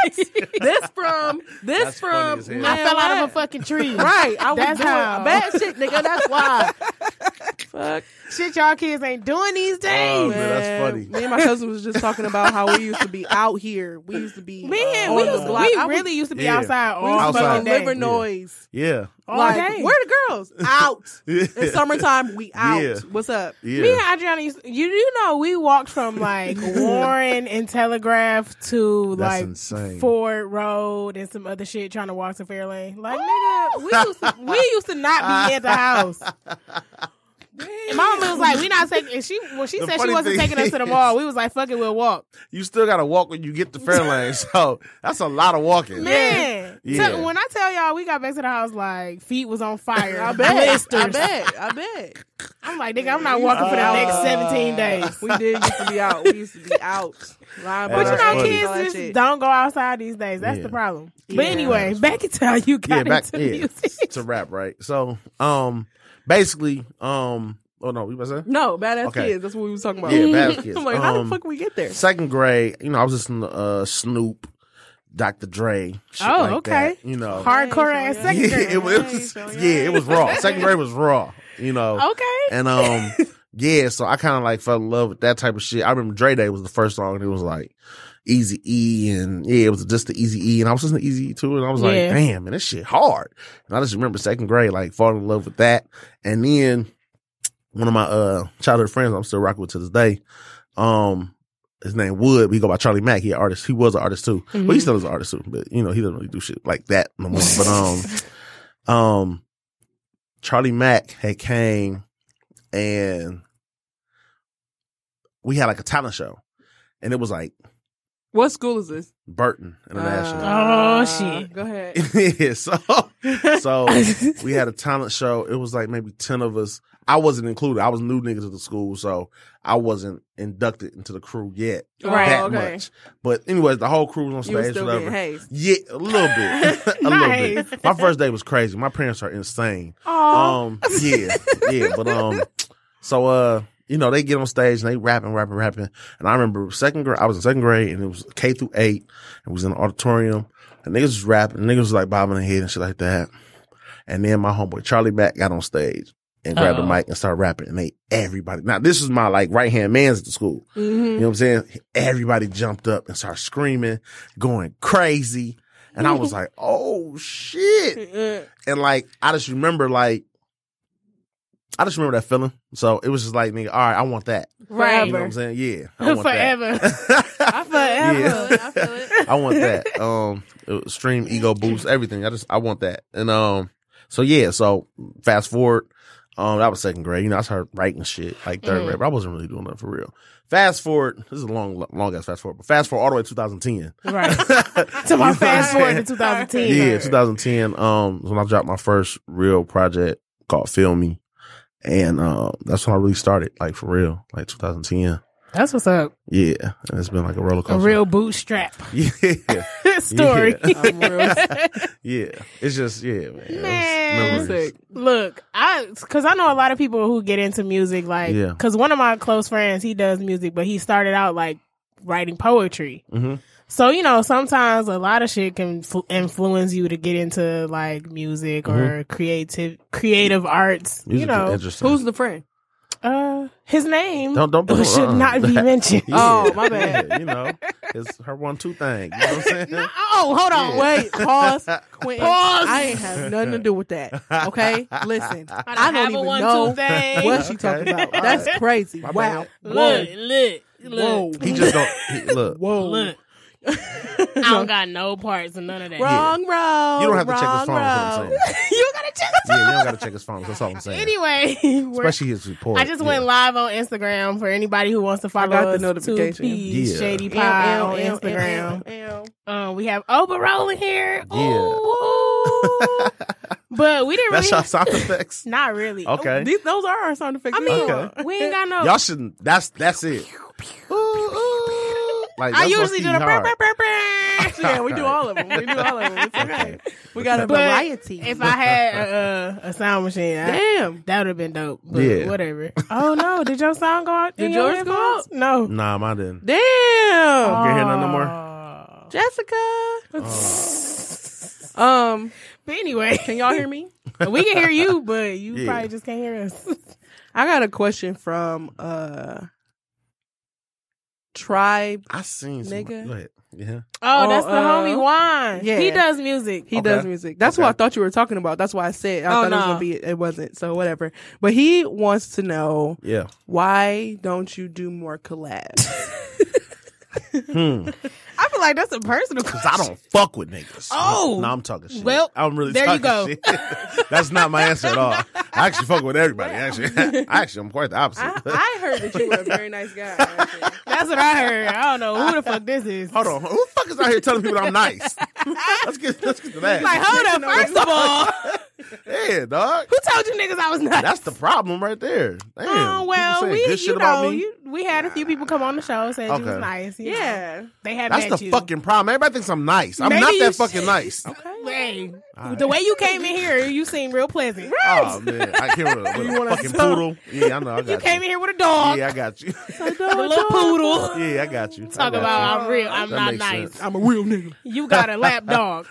S1: this from this
S3: That's funny
S1: from.
S3: as hell.
S2: I
S1: man,
S2: fell out of a
S1: what?
S2: fucking (laughs) tree.
S1: Right, I was
S2: That's
S1: doing
S2: how.
S1: bad shit,
S3: (laughs)
S1: nigga. That's
S2: (laughs)
S1: why. Fuck.
S2: Shit, y'all kids ain't doing these
S3: Oh,
S2: days.
S3: man, that's
S1: Man,
S3: funny.
S1: Me and my cousin was just talking about how we used to be out here. We used to be
S2: (laughs) Man,
S1: uh,
S2: we
S1: on the
S2: used to,
S1: block.
S2: we
S1: I was-
S2: really used to be
S3: Yeah.
S2: outside
S1: we
S2: all
S1: used to
S3: Outside.
S1: fucking
S2: fucking day.
S1: deliver noise.
S3: Yeah.
S2: all
S1: like,
S2: day.
S1: where the girls
S3: (laughs)
S1: out? It's summertime. We out.
S3: Yeah.
S1: What's up?
S3: Yeah.
S2: Me and Adriana, used you you know, we
S3: (laughs)
S2: walked from like Warren and Telegraph to
S3: That's
S2: like
S3: insane.
S2: Ford Road and some other shit, trying to walk to Fairlane. Like nigga, we used to, we used to not be at the house.
S1: (laughs)
S2: And my mama was like, "We not taking." And she when she
S3: The
S2: said
S3: funny
S2: she wasn't
S3: thing
S2: taking us to the
S3: is-
S2: mall, we was like, "Fuck it, we'll walk."
S3: you still gotta walk when you get to
S2: (laughs)
S3: Fairlane, so that's a lot of walking.
S2: Man,
S3: Yeah.
S2: tell- when I tell y'all, we got back to the house like feet was on
S1: (laughs)
S2: fire.
S1: I bet. I
S2: Blisters.
S1: bet. I bet.
S2: I'm like, nigga, I'm not walking for the
S1: Uh,
S2: next 17 days.
S1: We did used to be out. We used to be out. Lying
S3: But
S2: But
S3: That's
S2: you
S1: about
S2: know,
S1: our
S3: funny.
S1: age and all that
S2: kids
S1: shit.
S2: just don't go outside these days. That's
S3: Yeah.
S2: the problem.
S1: Yeah.
S2: But anyway, back into how you
S3: yeah,
S2: got
S3: back
S2: into
S3: yeah,
S2: music. (laughs)
S3: to rap, right? So, um, basically, um, oh no, you about to say?
S1: No, badass
S3: Okay.
S1: kids. That's what we was talking about.
S3: Yeah,
S1: (laughs)
S3: badass kids.
S1: I'm like, how
S3: Um,
S1: the fuck we get there?
S3: Second grade, you know, I was listening to uh, Snoop, Dr. Dre. Shit
S2: Oh,
S3: like
S2: okay.
S3: that, you know,
S2: Hardcore ass
S1: Yeah,
S2: second
S3: yeah, (laughs)
S2: grade.
S3: it was, yeah, it was raw. Second grade was raw, you
S2: (laughs)
S3: know.
S2: Okay.
S3: And um, (laughs) yeah, so I kind of like fell in love with that type of shit. I remember Dre Day was the first song, and it was like Easy E, and yeah, it was just the Easy E, and I was listening to Easy E too, and I was like,
S2: Yeah.
S3: damn, man, this shit hard. And I just remember second grade, like falling in love with that, and then one of my uh childhood friends, I'm still rocking with to this day, um. His name Wood. but He go by Charlie Mack. He an artist. He was an artist too. But he still is an artist too. But you know, he doesn't really do shit like that no more. But um, um Charlie Mack had came and we had like a talent show and it was like
S1: (laughs) What school is this?
S3: Burton International.
S1: Uh,
S2: Oh, shit.
S1: Go ahead.
S3: (laughs) yeah, so
S1: (laughs)
S3: so we had a talent show. It was like maybe ten of us. I wasn't included. I was new nigga to the school, so I wasn't inducted into the crew yet
S2: Right,
S3: that
S1: okay.
S3: much. But anyways, the whole crew was
S1: You
S3: on
S1: were
S3: stage,
S1: still
S3: whatever.
S1: getting hazed.
S3: Yeah, a little bit. (laughs)
S1: (laughs)
S3: a little bit.
S2: Nice.
S3: My first day was crazy. My parents are insane.
S2: Aw.
S3: Um, yeah, yeah, but um, so uh, you know, they get on stage and they rapping, rapping, rapping. And I remember second grade, I was in second grade, and it was K through eight. It was in the auditorium, and niggas was rapping, and niggas was like bobbing their head and shit like that. And then my homeboy Charlie Mack got on stage and grabbed the
S2: Uh-oh.
S3: mic and started rapping, and they everybody. Now this was my like right hand man's at the school. You know what I'm saying? Everybody jumped up and started screaming, going crazy. And I
S2: (laughs)
S3: was like, oh shit
S2: uh,
S1: Mhm.
S3: and like I just remember like I just remember that feeling. So it was just like, nigga, all right, I want that.
S1: Right.
S3: You know what I'm
S2: Forever.
S3: saying? Yeah, I want (laughs)
S2: Forever.
S3: that.
S1: I feel it.
S3: Yeah.
S1: Oh, I feel it.
S3: (laughs)
S1: I feel it.
S3: I want that. Um, it was stream ego boost everything. I just I want that. And um, so yeah, so fast forward. Um, that was second grade. You know, I started writing shit like 3rd
S2: Mhm.
S3: grade, but I wasn't really doing that for real. Fast forward. This is a long, long ass fast forward. But fast forward all the way to 2010. (laughs)
S2: right. (laughs) To my
S3: You know what I'm
S2: fast forward to
S3: saying?
S2: 2010.
S3: Yeah, 2010. Um, was when I dropped my first real project called Feel Me, and um, that's when I really started, like for real, like 2010.
S2: That's what's up.
S3: Yeah, and it's been like a roller
S2: A
S3: coaster.
S2: real bootstrap
S3: (laughs)
S2: (laughs)
S3: yeah,
S2: story.
S1: I'm real
S3: yeah. It's just yeah, man. It was
S2: Man.
S3: memories.
S1: sick.
S2: (laughs) Look, I because I know a lot of people who get into music, like
S3: Yeah.
S2: because one of my close friends he does music, but he started out like writing poetry.
S3: Mhm.
S2: So you know, sometimes a lot of shit can fl- influence you to get into like music or creative creative arts.
S3: Mm-hmm. Music
S2: you
S3: is
S2: know,
S3: interesting.
S1: Who's the friend?
S2: uh, his name
S3: Don't- don't put-
S2: (laughs) should
S3: uh-uh. (laughs)
S2: not be mentioned.
S3: Yeah,
S1: Oh, my bad.
S3: (laughs) yeah, you know, It's her one two thing. You know what I'm saying?
S2: No, oh, hold on.
S3: Yeah.
S2: Wait.
S3: (laughs)
S1: Wait, pause, Quentin.
S2: Pause.
S1: I ain't have nothing to do with that. Okay,
S3: (laughs)
S1: listen.
S2: I
S1: I don't
S2: have
S1: even
S2: a one,
S1: know
S2: two thing.
S1: what she
S3: Okay.
S1: talking
S3: (laughs)
S1: about.
S3: All
S1: That's
S3: right.
S1: crazy.
S3: My
S1: Wow.
S3: bad.
S1: Whoa.
S2: Look, look,
S1: Whoa.
S2: look,
S3: He just don't he, look.
S1: Whoa.
S2: look.
S1: (laughs)
S2: I don't got no parts and none of that.
S3: (laughs)
S1: Wrong road.
S3: You don't have to
S1: wrong
S3: check his phone. Is what I'm
S1: road.
S3: saying.
S2: (laughs) you gotta check it
S3: Yeah,
S2: out.
S3: you don't got to check his phone. That's all I'm saying.
S2: (laughs) Anyway, we're-
S3: Especially his report.
S2: I just went
S3: yeah.
S2: live on Instagram for anybody who wants to follow
S1: got the
S2: us.
S1: notification.
S2: Two P's
S3: Yeah.
S2: Shady
S1: Ew,
S2: Pie on
S1: ew, ew,
S2: Instagram.
S1: ew, ew, ew.
S2: Um, we have Oba Roll in here.
S3: Yeah.
S2: Ooh. but we didn't
S3: That's
S2: really.
S3: our sound
S2: (laughs)
S3: effects.
S2: Not really.
S3: Okay.
S1: These, those are our sound effects.
S2: I mean,
S3: Okay.
S2: we ain't got no.
S3: Y'all shouldn't. That's that's it. Like,
S2: I
S3: that's
S2: usually do
S3: low-key
S2: the. brr,
S3: hard.
S2: brr, brr, brr.
S3: (laughs)
S1: yeah, we do all of them. We do all of them. It's (laughs) okay. We got a
S2: But
S1: variety.
S2: If I had a, a, a sound machine, I,
S1: Damn.
S2: that would have been dope. But
S3: Yeah.
S2: whatever. Oh no, did your sound go out?
S1: Did
S2: in your
S1: yours go
S2: inbox?
S1: out?
S2: No.
S3: Nah, mine didn't.
S1: Damn.
S3: Can't hear none no more?
S2: Oh.
S1: Jessica.
S3: Oh.
S1: Um,
S2: (laughs) But anyway, (laughs)
S1: can y'all (laughs) hear me?
S2: we can hear you, but you
S3: Yeah.
S2: probably just can't hear us.
S1: I got a question from uh Tribe.
S3: I seen some.
S1: Nigga.
S3: Go ahead. Yeah.
S2: Oh,
S1: Oh,
S2: that's the
S1: uh,
S2: homie Juan.
S1: yeah.
S2: He does music.
S1: He
S3: Okay.
S1: does music. That's who
S3: Okay.
S1: I thought you were talking about. That's why I said I
S2: Oh,
S1: thought it was
S2: no.
S1: gonna be it wasn't. So whatever. But he wants to know
S3: Yeah.
S1: why don't you do more collabs?
S3: Hmm.
S2: I feel like that's a personal
S3: Cause I don't fuck with niggas.
S2: Oh.
S3: no, I'm talking shit.
S2: Well,
S3: I'm really
S2: there you
S3: talking shit. (laughs) That's not my answer at all. I actually fuck with everybody. Actually, actually, I'm quite the opposite.
S1: I, (laughs) I heard that you were a very nice guy.
S2: That's what I heard. I don't know who the fuck this
S3: (laughs)
S2: is.
S3: Hold on, who the fuck is out here telling people I'm nice? (laughs) let's get let's get to that.
S2: Like, hold up. First of all,
S3: yeah, dog.
S2: who told you niggas I was not?
S3: That's the problem right there. Damn.
S2: Oh
S3: People
S2: well,
S3: saying
S2: we
S3: good shit
S2: you
S3: about
S2: know
S3: me.
S2: you, we had a few people come on the show saying you was
S3: Okay.
S2: nice. you know.
S1: yeah.
S2: they had
S3: That's
S2: met
S3: the
S2: you.
S3: fucking problem. Everybody thinks I'm nice. I'm
S2: Maybe
S3: not
S2: you
S3: that fucking
S2: should-
S3: nice.
S2: Hey,
S3: All
S2: the way you came in here, you seemed real pleasant.
S3: Oh
S2: (laughs)
S3: man, I can't remember. With a fucking poodle. Yeah, I know. I got you.
S2: You came in here with a dog,
S3: yeah, I got you.
S2: a little (laughs) poodle.
S3: yeah, I got you.
S2: (laughs) Talk about I'm real. I'm
S3: That
S2: not
S3: makes
S2: nice.
S3: sense.
S1: I'm a real nigga.
S2: You got a
S3: (laughs)
S2: lap dog.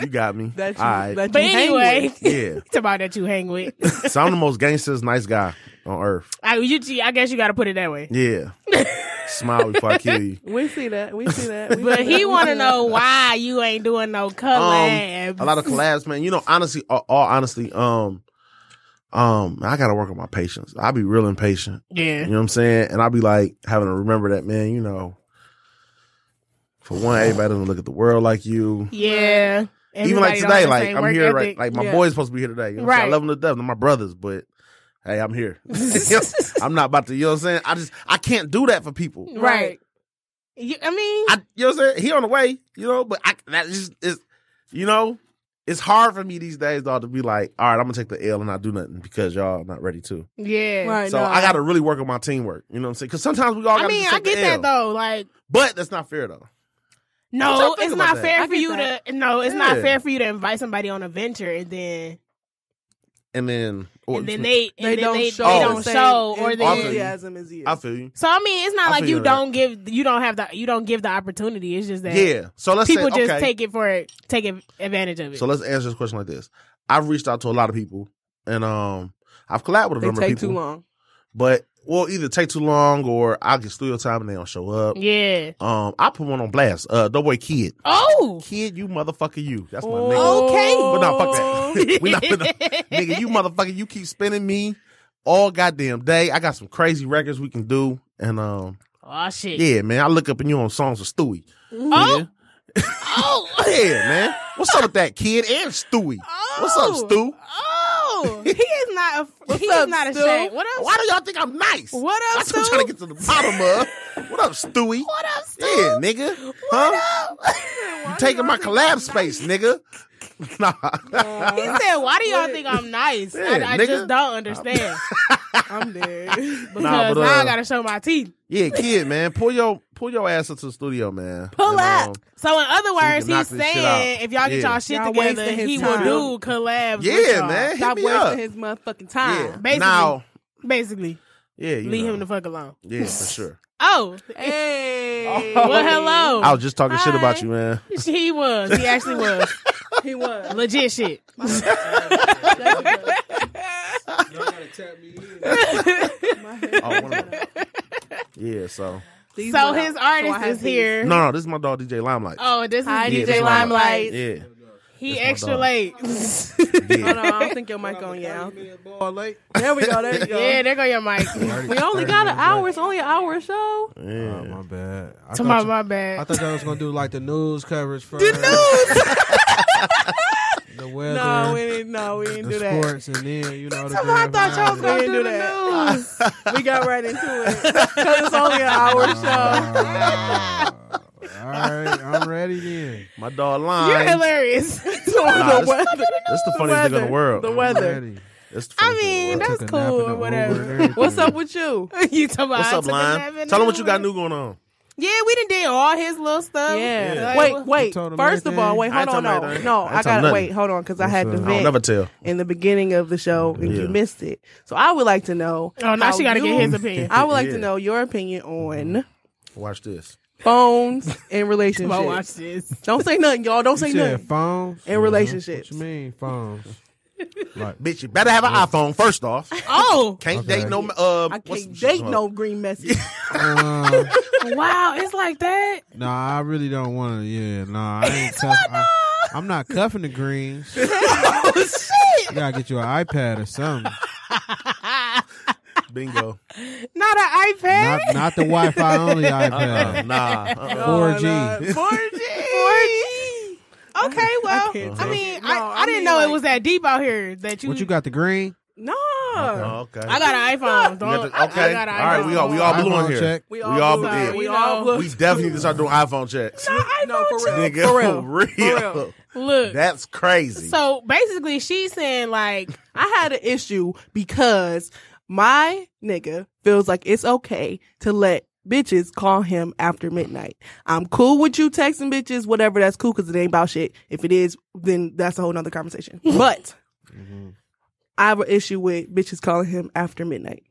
S3: you got
S2: (laughs)
S3: me.
S1: That you,
S3: All right.
S1: that
S2: But
S1: you hang with.
S2: anyway,
S3: (laughs)
S2: (laughs)
S3: yeah.
S2: it's about that you hang with.
S3: So I'm the most gangsters nice guy on earth.
S2: I, you, I guess you got to put it that way. (laughs)
S3: Yeah. Smile before I kill you.
S1: We see that. We see
S2: (laughs)
S1: that. We
S2: But
S1: see
S2: he
S1: that.
S2: want
S3: (laughs)
S2: to know why you ain't doing no collabs.
S3: Um, a lot of collabs, man. You know, honestly, all, all honestly, um, um, I gotta work on my patience. I be real impatient. You
S2: yeah.
S3: know what I'm saying? And I be like having to remember that, man. You know, for one, everybody doesn't look at the world like you.
S2: Yeah.
S3: Even like
S2: Everybody don't have
S3: today,
S2: the
S3: like
S2: same
S3: I'm
S2: work
S3: here, right?
S2: ethic.
S3: Like my
S1: Yeah.
S3: boy's supposed to be here today. You know what I'm saying? I
S2: Right.
S3: love them to death. They're my brothers, but hey, I'm here. (laughs) I'm not about to. You know what I'm saying? I just I can't do that for people.
S2: Right. You, I mean,
S3: I, you know what I'm saying? He on the way, you know, but I that just is, you know, it's hard for me these days, dog, to be like, all right, I'm gonna take the L and not do nothing because y'all not ready to.
S2: yeah.
S1: Right,
S3: So
S1: no.
S3: I gotta really work on my teamwork. You know what I'm saying? Because sometimes we all.
S2: I
S3: Gotta
S2: mean,
S3: just
S2: I
S3: take
S2: get
S3: the
S2: that
S3: L.
S2: though. Like,
S3: But that's not fair though.
S2: no,
S3: y'all think
S2: it's
S3: about
S2: not
S3: that?
S2: fair
S1: I
S2: for
S1: get
S2: you
S1: that.
S2: to. No, it's not
S3: Yeah.
S2: fair for you to invite somebody on a venture and then
S3: And then, oh, or-
S2: and then they and
S1: They
S2: then
S1: don't
S2: they,
S1: show.
S2: they
S3: the
S2: don't
S1: same
S2: show or then.
S1: enthusiasm as you.
S3: I feel you.
S2: So I mean, it's not
S3: I
S2: like
S3: feel
S2: you
S3: that.
S2: don't give you don't have the you don't give the opportunity. It's just that
S3: Yeah. So let's
S2: people
S3: say,
S2: just
S3: okay.
S2: take it for it, take ad- advantage of it.
S3: So let's answer this question like this. I've reached out to a lot of people, and um, I've collabed with a
S1: They
S3: number
S1: take
S3: of people.
S1: too long.
S3: But well, either take too long, or I'll get studio time and they don't show up.
S2: yeah.
S3: Um, I put one on blast. Uh, Doughboy Kid.
S2: (laughs) Oh.
S3: Kid, you motherfucker, you. That's my nigga.
S2: Oh. Okay.
S3: But no, fuck that. we not
S2: (laughs)
S3: finna, nigga, you motherfucker, you keep spinning me all goddamn day. I got some crazy records we can do. And um,
S2: Oh shit.
S3: yeah, man, I look up and you on songs with Stewie.
S2: Oh.
S3: (laughs) nigga.
S2: Oh.
S3: Yeah, man. What's up with that kid and Stewie? What's up, Stu?
S2: Oh, (laughs) he is not. A, he
S1: up,
S2: is not
S1: Stu?
S2: ashamed. What up?
S3: Why do y'all think I'm nice?
S2: What up,
S3: That's what I'm
S2: Stu?
S3: trying to get to the bottom of. What up, Stewie?
S2: What up, Stu?
S3: Yeah, nigga. huh? (laughs) You taking my collab space, nigga. (laughs) nah.
S2: He said, "Why do y'all think I'm nice?
S3: Yeah,
S2: I, I
S3: nigga.
S2: just don't (laughs) understand
S1: Oh,
S3: (laughs)
S1: I'm dead.
S2: because
S3: Nah, but,
S2: now
S3: uh,
S2: I gotta show my teeth.
S3: Yeah, kid, man, pull your pull your ass up to the studio, man. And,
S2: Pull up."
S3: um,
S2: so in other
S3: can
S2: words,
S3: knock
S2: he's
S3: this shit
S2: saying
S3: out.
S2: if y'all get
S3: Yeah.
S2: y'all shit
S1: Y'all
S2: together,
S1: wasting his
S2: he
S1: time.
S2: will do collabs. with
S3: yeah,
S2: y'all.
S3: man, hit
S1: Stop
S3: me
S1: wasting
S3: up.
S1: his motherfucking
S3: yeah,
S1: time.
S2: Basically.
S3: now,
S2: Basically,
S3: yeah, you
S2: leave
S3: know.
S2: him the fuck alone.
S3: yeah, for sure.
S2: Oh,
S1: Hey.
S2: well, hello. (laughs)
S3: I was just talking shit about
S1: Hi.
S3: you, man.
S2: He Oh. was. He actually (laughs) was.
S3: (laughs)
S1: He was.
S2: Legit shit.
S4: Y'all gotta tap me in.
S1: (laughs)
S3: Oh, one of them. yeah, so
S1: These
S2: (laughs) so
S1: were-
S2: his
S1: so I
S2: artist
S1: have
S2: is
S1: these.
S2: here.
S3: No, no, this is my dog DJ Limelight.
S2: Oh, this is
S1: Hi,
S3: Yeah, this
S2: DJ
S3: is my-
S2: Limelight.
S3: Yeah,
S2: He
S3: This my
S2: extra
S3: dog.
S2: (laughs) late.
S1: Hold
S3: yeah.
S1: on, I don't think your mic on yeah.
S4: Ball late.
S1: There we go. There you go.
S2: (laughs) yeah, there go your mic. (laughs)
S1: we only got an hour. It's only an hour
S3: (laughs)
S1: show.
S4: Oh,
S3: yeah.
S4: my bad. I
S2: Tomorrow,
S4: thought
S2: my
S4: you- I
S2: bad.
S4: thought y'all was gonna do like the
S1: (laughs)
S4: news coverage first. The
S1: Dudes.
S4: news, the weather,
S1: no, we didn't. No, we didn't
S4: the
S1: do that.
S4: sports, and then you know. The
S2: Tomorrow, (laughs) I thought y'all was
S1: We
S2: gonna
S1: didn't do
S2: do the
S1: that.
S2: news.
S1: we got right into it. 'Cause it's only an hour show.
S4: all right, I'm ready then.
S3: My dog
S2: You're
S3: Lime.
S2: hilarious.
S3: Nah,
S1: (laughs) the
S3: this-
S1: weather.
S3: That's the funniest thing in the world.
S1: The (laughs)
S4: I'm
S1: weather.
S4: ready.
S3: That's the
S2: I
S3: funniest thing in
S2: mean,
S3: the world.
S2: that's
S4: Took a nap
S2: cool
S4: in the
S2: or
S4: Uber and
S2: whatever.
S4: everything.
S1: (laughs) What's up with you?
S2: you talking about?
S3: What's
S2: I
S3: up,
S2: took a nap
S3: Lime?
S2: in
S3: Tell
S2: the
S3: them what you got
S2: Uber.
S3: new going on.
S2: Yeah, we done did all his little stuff.
S1: Yeah.
S2: Like,
S1: wait,
S2: what-
S1: wait.
S4: told him
S1: First of all,
S4: everything?
S1: wait.
S3: I ain't
S1: Hold on.
S3: told him
S1: No,
S3: everything.
S1: no.
S3: I
S1: I,
S3: ain't told him
S1: gotta
S3: nothing.
S1: wait. Hold on, because I
S4: Yes,
S1: had
S4: sir.
S1: to
S4: I don't
S3: I don't
S1: vent
S3: never tell.
S1: in the beginning of the show, and you
S3: Yeah.
S1: missed it. So I would like to know.
S2: Oh, now
S1: how
S2: she got to
S1: you-
S2: get
S1: (laughs)
S2: his opinion.
S1: I would like
S3: Yeah.
S1: to know your opinion on
S3: Watch this.
S1: phones and
S2: I'm gonna watch
S1: relationships.
S2: this.
S1: (laughs) Don't say nothing, y'all. Don't say
S4: You said
S1: nothing.
S4: phones
S1: And relationships.
S4: What you mean
S1: (laughs)
S4: phones? like
S3: Bitch, you better have an iPhone first (laughs) off.
S2: (laughs) Oh,
S3: Can't
S4: Okay.
S3: date no. Uh,
S1: I
S3: what's the
S1: can't
S3: shit
S1: date
S3: called?
S1: no green
S3: (laughs)
S1: message.
S4: uh,
S2: wow, it's like that.
S4: nah, I really don't want to. Yeah, nah, I
S1: (laughs)
S4: ain't cuff, I, I'm not cuffing the greens.
S1: Oh,
S4: You gotta get you an iPad or something.
S3: Bingo.
S2: Not an iPad.
S4: Not not the Wi-Fi only
S3: Uh, (laughs)
S4: iPad.
S3: nah. uh-uh.
S2: (laughs)
S4: 4G.
S1: Oh, Four G.
S2: Okay, well, I,
S1: can't
S2: mean,
S1: No,
S2: I,
S1: I
S2: I, didn't
S1: mean,
S2: know
S1: like-
S2: it was that deep out here that you.
S4: What you got? The green.
S1: No.
S3: Oh, okay.
S2: I got an iPhone.
S3: You got
S2: Don't,
S3: the-
S2: I-
S3: okay.
S2: I, got an
S3: all right.
S2: iPhone.
S3: We all we all blue on
S4: iPhone
S3: here.
S4: check.
S3: We all
S1: blew-
S3: yeah.
S1: We all blew- (laughs)
S3: We definitely need to start doing iPhone checks.
S1: No, for real.
S3: Nigga, (laughs)
S1: For real.
S3: real.
S1: For real.
S2: Look,
S3: That's crazy.
S2: so basically, she's saying like, (laughs)
S1: I had an issue because my nigga feels like it's okay to let bitches call him after midnight. I'm cool with you texting bitches, whatever, that's cool because it ain't about shit. If it is, then that's a whole nother (laughs) conversation. But
S3: Mm-hmm.
S1: I have an issue with bitches calling him after midnight.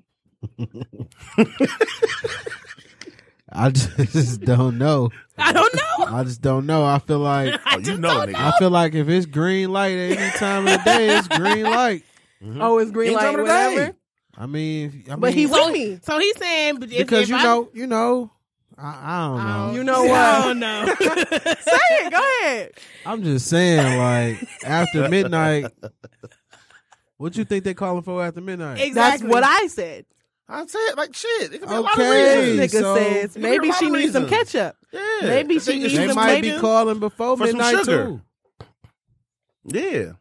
S4: I just (laughs) don't know.
S2: I don't know.
S4: I just don't know. I feel like
S3: oh, you know, nigga.
S4: I feel like if it's green light at any time of the day, it's green light.
S1: Oh, it's
S3: Any Mm-hmm.
S1: green
S3: time
S1: light,
S3: of the day.
S1: whatever. Mm-hmm. Oh,
S4: I mean, I
S1: But
S4: mean,
S1: he with (laughs) me.
S2: So he's saying but if,
S4: because
S2: if
S4: you
S2: I- Oh,
S4: know, you know, I, I don't know.
S2: I don't-
S1: You
S2: (laughs)
S1: know what?
S2: I
S3: (laughs)
S2: don't know.
S1: Say it, go ahead.
S4: I'm just saying, like after midnight, what you think they calling for after midnight?
S2: exactly.
S1: That's what I said.
S3: I said like shit. It could be a lot of
S4: Okay,
S3: reasons.
S1: This nigga
S4: so-
S1: says
S3: You hear
S1: maybe
S3: a lot
S1: she
S3: of
S1: needs some
S3: reasons.
S1: ketchup.
S3: Yeah,
S1: Maybe she
S3: They-
S1: needs
S4: They
S1: some
S4: might be
S1: maybe-
S4: calling before
S3: For some
S4: midnight
S3: sugar.
S4: too.
S3: Yeah,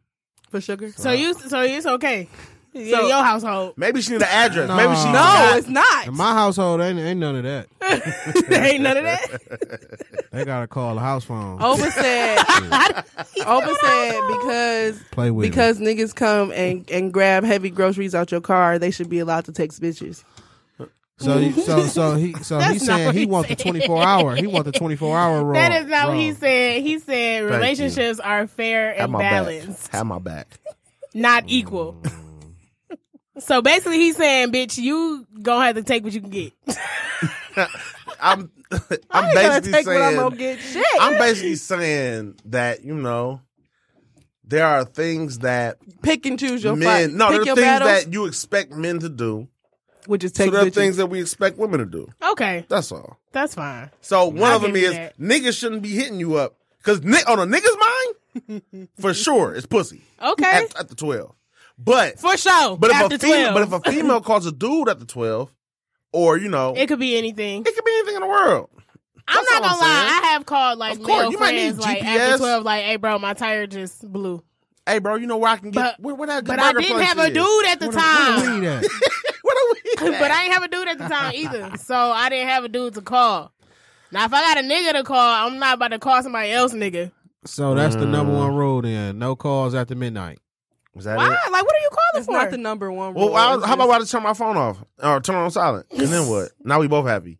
S1: For sugar?
S2: So you, so it's okay. in your household,
S3: maybe she need an address.
S4: No.
S3: Maybe she
S1: no,
S4: Nah.
S1: it's not. (laughs)
S4: In my household, ain't ain't none of that.
S2: there ain't none of that.
S3: Oh,
S4: They gotta call the house phone.
S1: Oba
S3: (laughs)
S1: said. (laughs) Oba said because
S4: Play with it.
S1: because niggas come and and grab heavy groceries out your car, they should be allowed to text bitches.
S4: So he- so so he so
S2: That's
S4: he's
S2: not
S4: saying
S2: what
S4: he
S2: he
S4: wants the
S2: said.
S4: 24 hour. He wants the 24 hour rule.
S2: That is not what he
S4: Rule.
S2: said. He said relationships are fair
S3: Have
S2: and
S3: my
S2: balanced,
S3: back. Have Mm. my
S1: (laughs)
S3: back.
S2: not equal. so basically, he's saying, "Bitch, you gonna have to take what you can get." (laughs)
S3: I'm. (laughs) I'm
S1: gotta
S3: basically
S1: take what I'm gonna
S3: saying.
S1: get. Shit,
S3: I'm basically saying that you know there are things that
S1: pick and choose your fight.
S3: men. No, there
S1: pick
S3: are
S1: your
S3: things
S1: battles,
S3: that you expect men to do.
S1: which is
S3: So
S1: text
S3: there are
S1: bitches.
S3: things that we expect women to do.
S2: Okay,
S3: That's all.
S2: that's fine.
S3: So one
S2: I
S3: of them
S2: give you
S3: is
S2: that.
S3: niggas shouldn't be hitting you up because on a nigga's mind,
S2: (laughs)
S3: for sure, it's pussy
S2: Okay,
S3: at, at the twelve. But
S2: for sure.
S3: but if
S2: after
S3: a female,
S2: 12,
S3: but if a female calls a dude at the twelve, or you know,
S2: it
S3: it,
S2: could be anything.
S3: could be anything in the world.
S2: I'm
S3: That's
S2: not
S3: all
S2: gonna
S3: I'm
S2: lie.
S3: saying.
S2: I have called like
S3: Of course,
S2: male
S3: you might need
S2: friends like after
S3: GPS.
S2: twelve, like, "Hey, bro, my tire just blew."
S3: Hey, bro, you know where I can get?
S2: But-
S3: where, where that good
S2: But I
S3: burger
S2: didn't
S3: place
S2: have a
S3: is?
S2: dude at the
S4: Where the
S2: time.
S4: weed at?
S3: (laughs) Where the weed at?
S2: (laughs) but I ain't have a dude at
S3: (laughs)
S2: the time either, so I didn't have a dude to call. Now, if I got a nigga to call, I'm not about to call somebody else, nigga.
S4: So that's the number one rule. Then no calls after midnight.
S3: Is that
S2: Why?
S3: it?
S2: Like, what are you calling
S1: It's
S2: for?
S1: not the number one. Rule.
S3: Well, I,
S1: It's
S3: how about
S1: just-
S3: I just turn my phone off or turn it on silent, and then what? Now we both happy.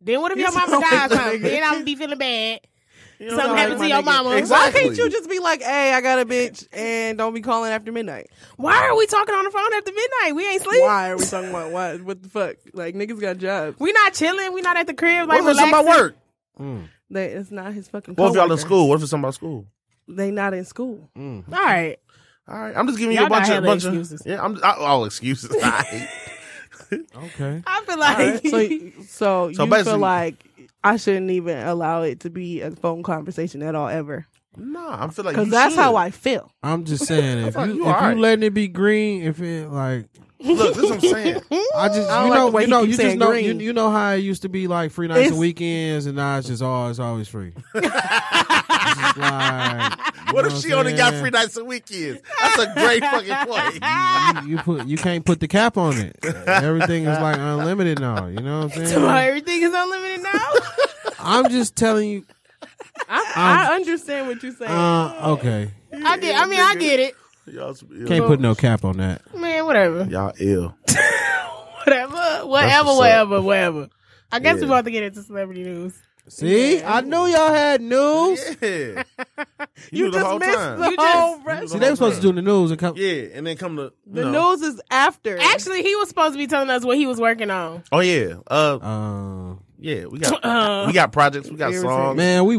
S2: Then what if your
S3: It's
S2: mama
S3: always
S2: dies?
S3: the
S2: Something?
S3: nigga.
S2: Then I'm gonna be feeling bad. Something
S1: know,
S2: happened
S1: my
S2: to your
S1: nigga.
S2: mama.
S3: Exactly.
S1: Why can't you just be like, "Hey, I got a bitch," and don't be calling after midnight?
S2: Why are we talking on the phone after midnight? We ain't sleep.
S1: Why are we talking about why? What the fuck? Like niggas got jobs.
S2: We not chilling. We not at the crib. Like
S3: What if it's something about
S2: relaxing.
S3: work?
S1: They, it's not his fucking.
S3: What if y'all in
S1: coworker.
S3: school? What if it's something about school?
S1: They not in school.
S2: All right.
S3: All right, I'm just giving you
S2: Y'all
S3: a bunch
S2: got
S3: of
S2: hella
S3: bunch
S2: excuses.
S3: (laughs) of yeah. I'm I, all excuses. All right.
S4: Okay.
S2: I feel like (laughs)
S1: so, so,
S3: So
S1: you
S3: basically-
S1: feel like I shouldn't even allow it to be a phone conversation at all ever
S3: Nah, I feel like
S1: because
S3: you
S1: that's
S3: should.
S1: how I feel.
S4: I'm just saying, if you,
S3: thought
S4: if
S3: you
S4: you
S3: alright.
S4: letting it be green, if it like,
S3: look. This is what I'm saying.
S4: I just
S1: I don't like
S4: you know
S1: the way
S4: you
S1: he
S4: know
S1: keeps
S4: you just
S1: saying
S4: know you,
S1: green.
S4: you know how it used to be like free nights
S1: It's-
S4: and weekends, and now it's just all it's always free. It's just like, you
S3: What
S4: know
S3: if she only got
S4: saying?
S3: free nights and weekends? That's a great fucking point.
S4: You, you put you can't put the cap on it. Everything is like unlimited now. You know what
S2: (laughs)
S4: I'm
S2: So
S4: saying?
S2: everything is unlimited (laughs) now.
S4: I'm just telling you.
S1: I, I understand what you're saying.
S4: Uh, okay,
S2: I get. I mean, I get it.
S3: Y'all some ill.
S4: can't put no cap on that.
S2: Man, whatever,
S3: Y'all ill.
S2: whatever, whatever,
S3: up.
S2: whatever, whatever. I guess
S3: Yeah.
S2: we're about to get into celebrity news.
S4: See, I knew y'all had news.
S3: Yeah.
S1: you,
S3: knew the
S1: just
S3: whole
S1: missed
S3: time.
S2: (laughs)
S1: the
S2: You just-
S1: whole
S3: You
S1: rest.
S4: See, they were supposed to do the news and come.
S3: Yeah, and then come to
S1: The
S3: no.
S1: news is after.
S2: Actually, he was supposed to be telling us what he was working on.
S3: Oh yeah, uh,
S4: Uh,
S3: yeah. We got we got projects. We got songs.
S4: man, we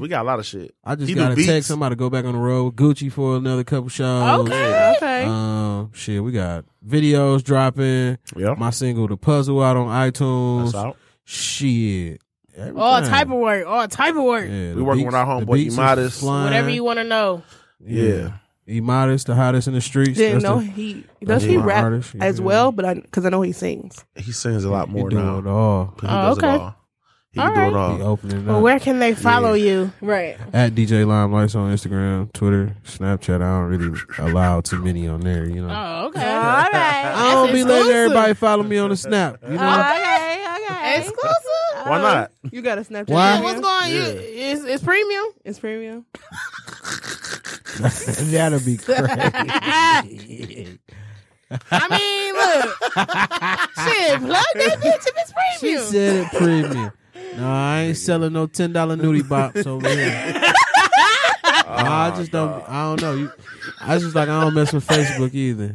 S3: (laughs) We got a lot of shit.
S4: I just
S3: He do
S4: got to
S3: beats.
S4: text somebody to go back on the road with Gucci for another couple shows.
S1: okay, okay.
S4: Um, shit, we got videos dropping.
S3: Yeah,
S4: My single "The Puzzle" out on iTunes.
S3: Oh. that's out.
S4: Shit, everything.
S2: All Oh, type of work. All type of work.
S4: Yeah, the
S3: We working with our
S4: beats- the
S3: homeboy
S4: beats is
S3: Imadis.
S4: flying.
S2: Whatever you want to know.
S3: Yeah.
S4: Imadis, the hottest in the streets.
S1: Didn't
S4: That's
S1: know
S4: the-
S1: he does
S4: that's
S1: he
S4: my
S1: rap
S4: artist, you
S1: as
S4: feel
S1: well,
S4: me?
S1: but I because I know he sings.
S3: He sings a lot
S4: He
S3: more
S4: do it
S3: now.
S4: all.
S3: He
S2: Oh,
S3: does it
S2: okay.
S3: all. He can do it
S4: He
S3: all.
S4: opening
S2: Well,
S4: up
S2: where can they follow you? Right.
S4: Uh,
S1: Uh,
S4: at DJ Lime Lights on Instagram, Twitter, Snapchat. I don't really allow too many on there. You know,
S2: Oh, okay.
S1: All right.
S4: I don't
S2: that's
S4: be letting
S2: exclusive.
S4: everybody follow me on the Snap. You
S2: (laughs)
S4: know,
S1: okay, okay.
S2: Exclusive.
S3: Why not?
S1: You got a Snapchat?
S4: Why?
S1: Premium?
S2: What's going on? You,
S3: Yeah.
S2: it's, it's premium.
S1: It's premium.
S4: (laughs) that'll be crazy.
S2: I mean, (laughs) look. Shit, plug that bitch if it's
S4: she
S2: premium.
S4: said it premium. No, I ain't selling no ten dollar nudie bops over here.
S2: (laughs)
S4: I just don't. I don't know. You, I just like I don't mess with Facebook either.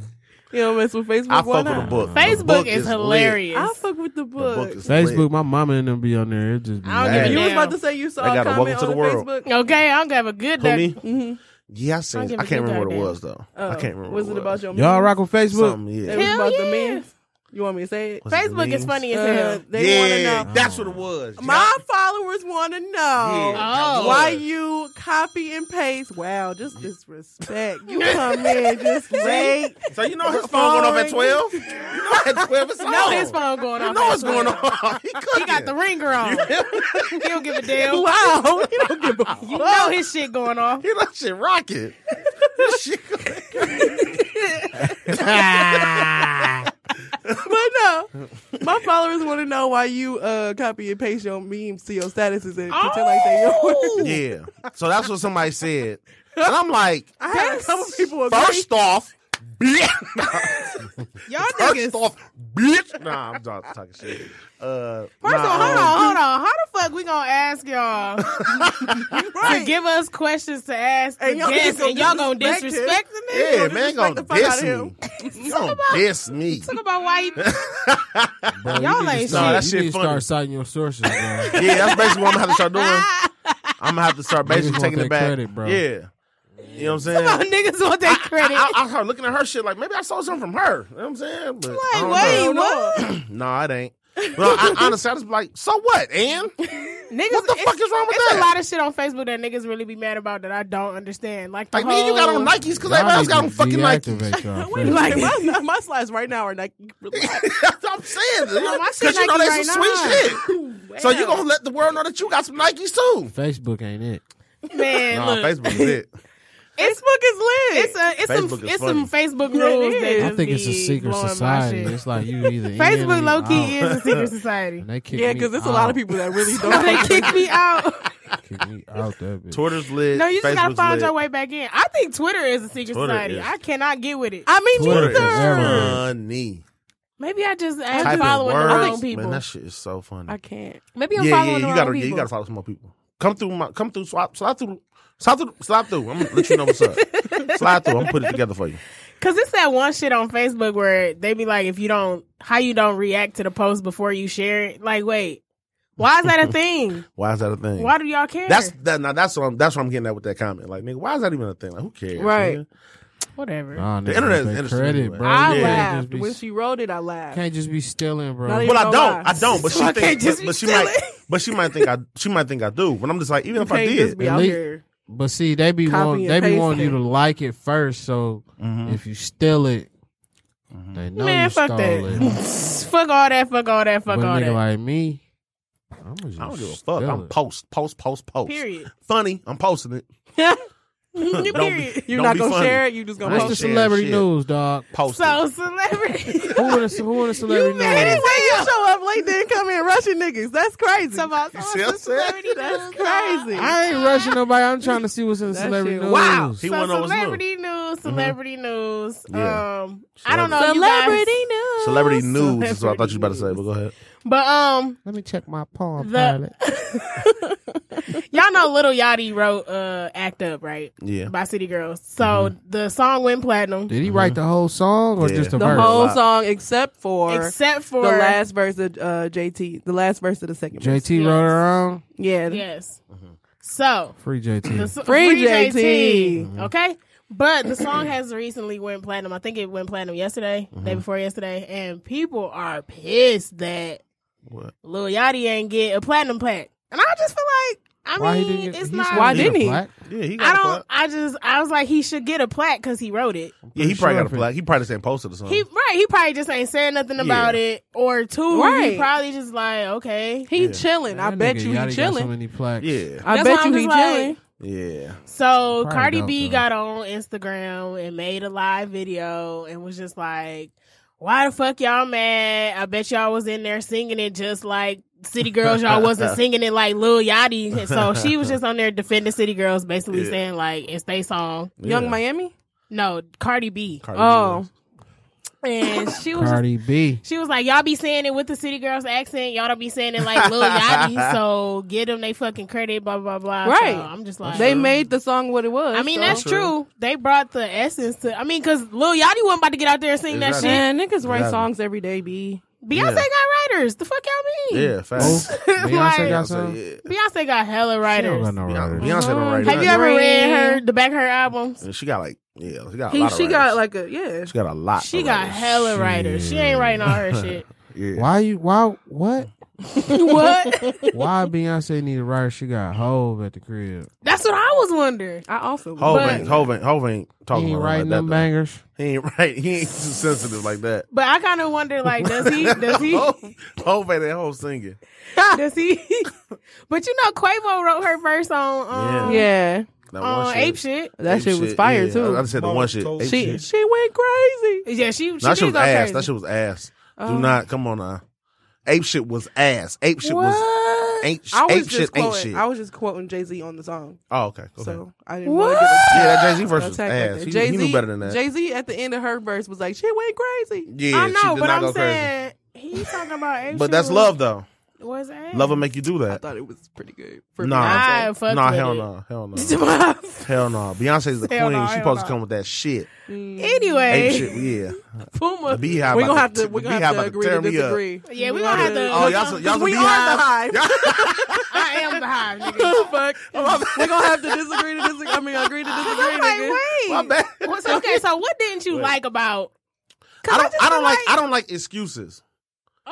S1: You know, mess with Facebook.
S3: I
S1: why
S3: fuck with the
S1: not?
S3: book. The
S2: Facebook
S3: book
S2: is,
S3: lit.
S2: hilarious.
S1: I fuck with the
S3: The book
S1: book.
S3: is
S4: Facebook,
S3: lit.
S4: my mama and them be on there. It just be
S2: I don't give a
S3: Hey.
S1: You
S2: damn.
S1: was about to say you saw
S3: They
S1: a
S3: got a welcome to
S1: comment on
S3: the
S1: the
S3: world.
S1: Facebook.
S2: (laughs) okay, I don't give a good
S3: Who me?
S2: duck.
S1: Mhm.
S3: Yeah, I
S2: I
S3: seen.
S2: give
S3: it.
S2: a
S3: I can't
S2: good
S3: remember what it
S2: goddamn.
S3: was though. I
S1: Oh,
S3: can't remember.
S1: Was
S3: what
S1: it about your
S4: y'all
S1: memes?
S4: rock with Facebook.
S3: Something, yeah.
S1: It was
S2: Hell
S1: about
S2: yeah.
S1: the memes. You want me to say it?
S3: Was it the
S2: Facebook is
S3: memes?
S2: funny as
S1: Uh,
S2: hell.
S1: they
S3: yeah,
S1: want to know.
S3: that's what it was.
S1: My followers want to know
S3: Yeah.
S2: Oh.
S1: why you copy and paste. Wow, just disrespect. You come
S2: (laughs)
S1: in just late.
S3: So you know his phone went off at
S1: Boring.
S3: twelve. You know at twelve it's on.
S2: No, his phone going off.
S3: You know what's
S2: elsewhere.
S3: going
S2: (laughs)
S3: on. (laughs) He,
S2: He got the ringer on. he don't give
S3: (laughs)
S2: a damn.
S1: Wow, (laughs) you don't give a
S2: You know his shit going off.
S3: He that shit rocket. This shit go-
S2: (laughs)
S1: But no, my followers want to know why you uh, copy and paste your memes to your statuses and pretend like they your
S2: Oh,
S1: words.
S3: yeah. So that's what somebody said, and I'm
S2: (laughs)
S3: like,
S1: I had a couple people agree.
S3: first off, bitch. (laughs)
S2: Y'all
S3: First
S2: niggas.
S3: off, bitch. Nah, I'm just talking shit. Uh,
S2: First
S3: nah,
S2: of all,
S3: um,
S2: hold on, hold on. How the fuck we gonna ask
S3: (laughs)
S2: y'all to give us questions to ask the
S1: And y'all
S2: guests
S1: gonna
S2: and y'all gonna
S1: disrespect him?
S2: disrespect the nigga?
S3: Yeah,
S1: gonna
S3: man,
S1: disrespect
S3: gonna
S1: the fuck
S3: diss
S1: out
S3: (laughs)
S1: of
S3: me. You gonna diss me.
S2: Talk about
S3: (laughs)
S2: why you (laughs)
S4: Bro,
S2: Y'all
S4: you need
S2: ain't
S4: to start-
S3: shit. Nah, that
S4: you
S3: shit
S4: need to
S3: funny.
S4: start citing your sources, bro.
S3: Yeah, that's basically what I'm gonna have to start doing.
S2: (laughs)
S3: I'm gonna have to start
S4: Niggas
S3: basically
S4: want
S3: taking
S4: that
S3: it back.
S4: credit, bro.
S3: Yeah, you know what I'm saying.
S2: Oh, niggas want that credit.
S3: I, I started looking at her shit like maybe I saw something from her. You know what I'm saying? But I don't
S2: wait,
S3: know.
S1: Hold on.
S3: Nah, it ain't. Well, I, honestly, I just be like, so what, and what
S2: niggas,
S3: the
S2: it's-
S3: fuck is wrong with
S2: It's
S3: that?
S2: a lot of shit on Facebook that niggas really be mad about that I don't understand. Like, the
S3: like me, and you got
S2: whole-
S3: on
S2: (laughs)
S3: Nikes because
S4: Y'all
S3: everybody else
S4: need
S3: got
S4: to
S3: on fucking Nikes.
S4: deactivate y'all
S1: Wait,
S4: Facebook.
S1: like my, my slides right now are like
S3: (laughs)
S1: relax.
S3: That's what I'm saying.
S2: my
S3: Because
S2: shit
S3: you know
S2: Nike
S3: that's some
S2: right
S3: sweet shit. so you gonna let the world know that you got some Nikes too?
S4: Facebook ain't it.
S2: Man, look,
S3: is
S2: (laughs)
S3: it.
S1: Facebook is lit.
S2: it's a, it's
S3: Facebook
S2: some,
S3: is
S2: it's some Facebook
S1: Yeah, it
S2: rules. that
S1: is.
S4: I
S2: just
S4: think it's a
S2: be
S4: secret
S2: blowing my
S4: society.
S2: shit.
S4: It's Oh. like you either in or
S2: Facebook
S4: you
S2: low key
S4: out.
S2: is a secret society.
S4: (laughs) And they kick
S1: yeah,
S4: me
S1: because there's a lot of
S4: out.
S1: people that really don't.
S2: (laughs) they
S1: fuck with
S2: kick me out.
S4: Kick me out that bitch.
S3: Twitter's lit.
S2: No, you just gotta
S3: Facebook's
S2: find
S3: lit.
S2: your way back in. I think Twitter is a secret
S3: Twitter
S2: society.
S3: is-
S2: I cannot get with it.
S1: I mean,
S4: Twitter
S1: Twitter.
S4: is everywhere.
S3: Funny.
S2: Maybe I just
S1: Type
S2: am
S1: in
S2: following the
S1: words.
S2: wrong people.
S3: Man, that shit is so funny.
S1: I can't.
S2: Maybe I'm
S3: yeah, yeah,
S2: following
S3: you
S2: the wrong
S3: gotta, yeah,
S2: people.
S3: you gotta follow some more people. Come through, my, come through, swap, slide through, slide through, slide through. I'm gonna let you know what's
S1: (laughs)
S3: up. slide through. I'm gonna put it together for you.
S2: Cause it's that one shit on Facebook where they be like, if you don't, how you don't react to the post before you share it. Like, wait, why is
S4: (laughs)
S2: that a thing?
S3: Why is that a thing?
S2: Why do y'all care?
S3: That's that. Now that's what I'm. That's what I'm getting at with that comment. Like, nigga, why is that even a thing? Like, who cares?
S1: Right.
S3: nigga?
S2: Whatever.
S4: Nah,
S3: The
S4: nigga,
S3: internet
S4: they
S3: is interesting
S4: Credit,
S3: anyway.
S4: bro.
S1: I
S4: You
S3: Yeah.
S4: can't
S1: laughed when
S4: just be,
S1: she wrote it. I laughed.
S4: can't just be stealing, bro.
S1: Not even-
S3: Well, I
S1: No
S3: don't. I
S1: lies.
S3: don't. But
S1: So
S3: she
S1: I can't
S3: think.
S1: just
S3: But, but she
S1: steal
S3: might.
S1: it.
S3: But she might think I. She might think I do. But I'm just like, even
S1: You
S3: if I
S1: can't just
S3: did,
S1: be
S4: At
S1: out
S4: least-
S1: here.
S4: But see, they be
S1: Copy
S4: want,
S1: and
S4: they be
S1: paste
S4: wanting you
S1: it.
S4: to like it first. So
S3: Mm-hmm.
S4: if you steal it, they know
S2: Man,
S4: you
S2: (laughs) fuck
S4: stole
S2: that.
S4: it.
S2: fuck all that. Fuck all that. Fuck
S4: but a
S2: all
S4: nigga
S2: that.
S4: like me, I'm gonna just
S3: I don't give a fuck.
S4: steal
S3: I'm
S4: it.
S3: post, post, post, post.
S2: Period.
S3: Funny. I'm posting it.
S2: Period.
S1: (laughs)
S3: (laughs)
S1: You're
S2: (laughs)
S3: Don't
S1: not
S3: be
S1: gonna
S3: funny.
S1: share it. You just gonna
S4: That's the
S3: post
S1: post
S3: it.
S1: it.
S4: celebrity
S3: Shit.
S4: news, dog.
S3: Post it.
S2: So
S4: (laughs)
S2: celebrity.
S4: Who in the who in
S2: (laughs)
S4: the celebrity news?
S1: you show up late, then come in rushing niggas. That's crazy.
S3: (laughs)
S2: Somebody-
S3: see
S1: (laughs)
S3: what I'm
S2: (laughs)
S3: saying?
S1: That's crazy.
S4: I ain't rushing nobody. I'm trying to see what's in the
S1: That
S4: celebrity
S1: shit-
S4: news.
S1: wow.
S3: He
S2: so
S3: wanna know what's new. Mm-hmm.
S2: celebrity news, celebrity news.
S3: Yeah.
S2: Um, I don't
S1: Oh,
S2: know. You guys,
S1: Celebrity news.
S3: Celebrity news is what I thought you were about to say,
S2: Celebrity
S3: but go ahead.
S2: but um,
S4: Let me check my palm
S2: the
S4: pilot.
S2: (laughs)
S1: (laughs)
S2: y'all know Little Yachty wrote uh "Act Up" right
S3: Yeah. Mm-hmm.
S2: by City Girls. So the song went platinum,
S4: Did he write the whole song or
S3: Yeah.
S4: just a
S3: The
S1: The
S4: verse?
S1: whole
S3: Lot.
S1: song except for
S2: except for
S1: the last verse of uh, JT, the last verse of the second verse.
S4: JT wrote her own.
S1: Yeah.
S2: yes.
S3: Mm-hmm.
S2: So
S4: Free
S2: the
S4: JT.
S2: s-
S1: Free Mm-hmm.
S2: Free
S1: JT.
S2: JT, okay. But the song has recently went platinum. I think it went platinum yesterday,
S1: Mm-hmm.
S2: day before yesterday, and people are pissed that
S3: What?
S2: Lil Yachty ain't get a platinum plaque. And I just feel like, I mean,
S4: get-
S2: it's
S4: he's
S2: not.
S4: gonna
S1: Why
S4: get a
S1: didn't he?
S4: plaque.
S3: Yeah, he
S2: I
S3: got a
S2: don't.
S3: plaque.
S2: I just. I was like, he should get a plaque because he wrote it.
S3: Yeah, he probably
S4: Pretty sure
S3: got
S4: if
S3: a
S4: it-
S3: plaque. He probably just ain't posted or something.
S2: He right. He probably just ain't saying nothing about
S3: Yeah.
S2: it. Or two, he
S1: Right.
S2: probably just like, okay.
S1: He
S3: Yeah.
S1: chilling. I
S4: That
S1: bet
S4: nigga
S1: you
S4: Yachty got
S1: he
S4: So
S1: chilling.
S4: many plaques.
S3: yeah.
S1: I
S2: That's why
S1: bet
S2: I'm
S1: you he
S2: just like-
S1: chilling.
S3: Yeah.
S2: So
S4: Probably
S2: Cardi
S4: don't,
S2: B
S4: though.
S2: got on Instagram and made a live video and was just like, "Why the fuck y'all mad? I bet y'all was in there singing it just like City Girls. Y'all
S4: (laughs)
S2: wasn't singing it like Lil Yachty." And so she was just on there defending City Girls, basically
S3: Yeah.
S2: saying like, "It's they song."
S1: Young
S3: Yeah.
S1: Miami.
S2: No, Cardi B.
S3: Cardi B
S1: Oh,
S3: was-
S2: And she was just
S3: (laughs)
S4: Cardi B.
S2: She was like, "Y'all be saying it with the city girls accent. Y'all don't be saying it like
S4: (laughs)
S2: Lil Yachty. So get them they fucking credit. Blah blah blah." So
S1: Right.
S2: I'm just like,
S1: they made the song what it was.
S2: I mean,
S1: so.
S2: that's true. They brought the essence to. I mean, because Lil Yachty wasn't about to get out there and sing
S3: Exactly.
S2: that
S1: Man, niggas write
S3: Yeah.
S1: songs every day, B.
S2: shit. Beyonce got writers. The fuck y'all mean?
S3: Yeah.
S4: Oh,
S3: Facts.
S4: Beyonce got
S3: Beyonce,
S4: some.
S3: yeah.
S2: Beyonce got hella
S4: She don't
S2: writers.
S4: got no
S3: Beyonce,
S4: writers.
S3: Beyonce don't write.
S2: Have
S3: nothing.
S2: you ever read
S1: Green.
S2: her the back of her albums?
S3: And She got like yeah. She got a
S1: He,
S3: lot.
S1: she
S3: of
S1: got
S3: writers.
S1: like a yeah.
S3: She got a lot.
S2: She
S3: of
S2: got
S3: writers.
S2: hella writers. She ain't writing all her
S3: (laughs)
S2: shit.
S3: Yeah.
S4: Why you? Why what?
S2: (laughs) what?
S4: Why Beyonce need a writer? She got Hove at the crib.
S2: That's what I was wondering.
S1: (laughs) I also
S3: Hove
S2: But-
S3: ain't, Hove ain't, Hove ain't
S4: He
S3: talking
S4: ain't
S3: about
S4: writing
S3: like that.
S4: them
S3: though.
S4: bangers.
S3: He ain't right. He ain't too sensitive like that.
S2: But I kind of wonder, like, does
S3: (laughs)
S2: he? Does he?
S3: Hove, Hove ain't at home singing.
S2: Does he? (laughs) but you know, Quavo wrote her verse on um,
S1: yeah.
S3: That
S2: on
S3: shit.
S2: Oh, Ape Shit.
S1: That
S3: Ape
S1: shit was fire
S3: yeah.
S1: too.
S3: I, I just said the one shit.
S5: Mama
S3: Ape
S5: told
S1: she
S5: you.
S3: shit.
S1: she went crazy.
S2: Yeah, she she
S3: Nah, that
S2: did
S3: shit was
S2: go
S3: ass.
S2: crazy.
S3: That shit was ass.
S1: Oh.
S3: Do not come on now. Ape shit was ass. Ape shit was.
S1: What?
S3: ain't sh-
S1: I was
S3: ain't
S1: just
S3: shit, ain't
S1: quoting,
S3: shit.
S1: I was just quoting Jay Z on the song,
S3: Oh okay. Go ahead.
S1: so I didn't want to get
S3: Yeah, that Jay Z verse
S1: a
S3: was
S1: attack
S3: ass.
S1: like
S3: He,
S1: that.
S3: he knew better than that.
S1: Jay Z at the end of her verse was like, "She went crazy."
S3: yeah,
S2: I
S3: she
S2: know,
S3: did
S2: but
S3: not
S2: I'm
S3: go crazy.
S2: saying he talking about Ape
S3: But
S2: Shit
S3: that's
S2: was-
S3: love though.
S2: Was ass.
S3: Love will make you do
S1: I
S3: that.
S1: thought it was pretty good. For
S3: Nah,
S2: (laughs) I fucked
S3: nah,
S2: with
S3: hell
S2: it.
S3: no, hell
S2: (laughs)
S3: no,
S2: Anyway,
S3: hell no. Beyonce's the
S2: Hell
S3: queen.
S2: no,
S3: She
S2: hell
S3: supposed
S2: no.
S3: to come with that shit. Ape
S2: anyway,
S3: shit, yeah.
S1: Puma.
S3: The beehive
S1: Mm. we're gonna
S3: about
S1: have
S3: to-
S1: to we're
S3: the
S1: gonna
S3: beehive
S1: have to
S3: about
S1: agree
S3: to
S1: to
S3: tear me up.
S1: disagree.
S2: yeah, we gonna have to. (laughs)
S3: Oh, y'all so- y'all
S1: we
S3: the
S1: are the hive.
S3: (laughs)
S2: (laughs) I am the hive. Nigga.
S1: Fuck. We're gonna have to disagree to disagree. I mean, agree to disagree.
S2: (laughs) I'm like,
S1: nigga.
S2: wait.
S3: My bad.
S2: What's- okay, so what didn't you like about?
S3: I don't.
S2: just
S3: I, don't
S2: feel
S3: like,
S2: like-
S3: I don't like excuses.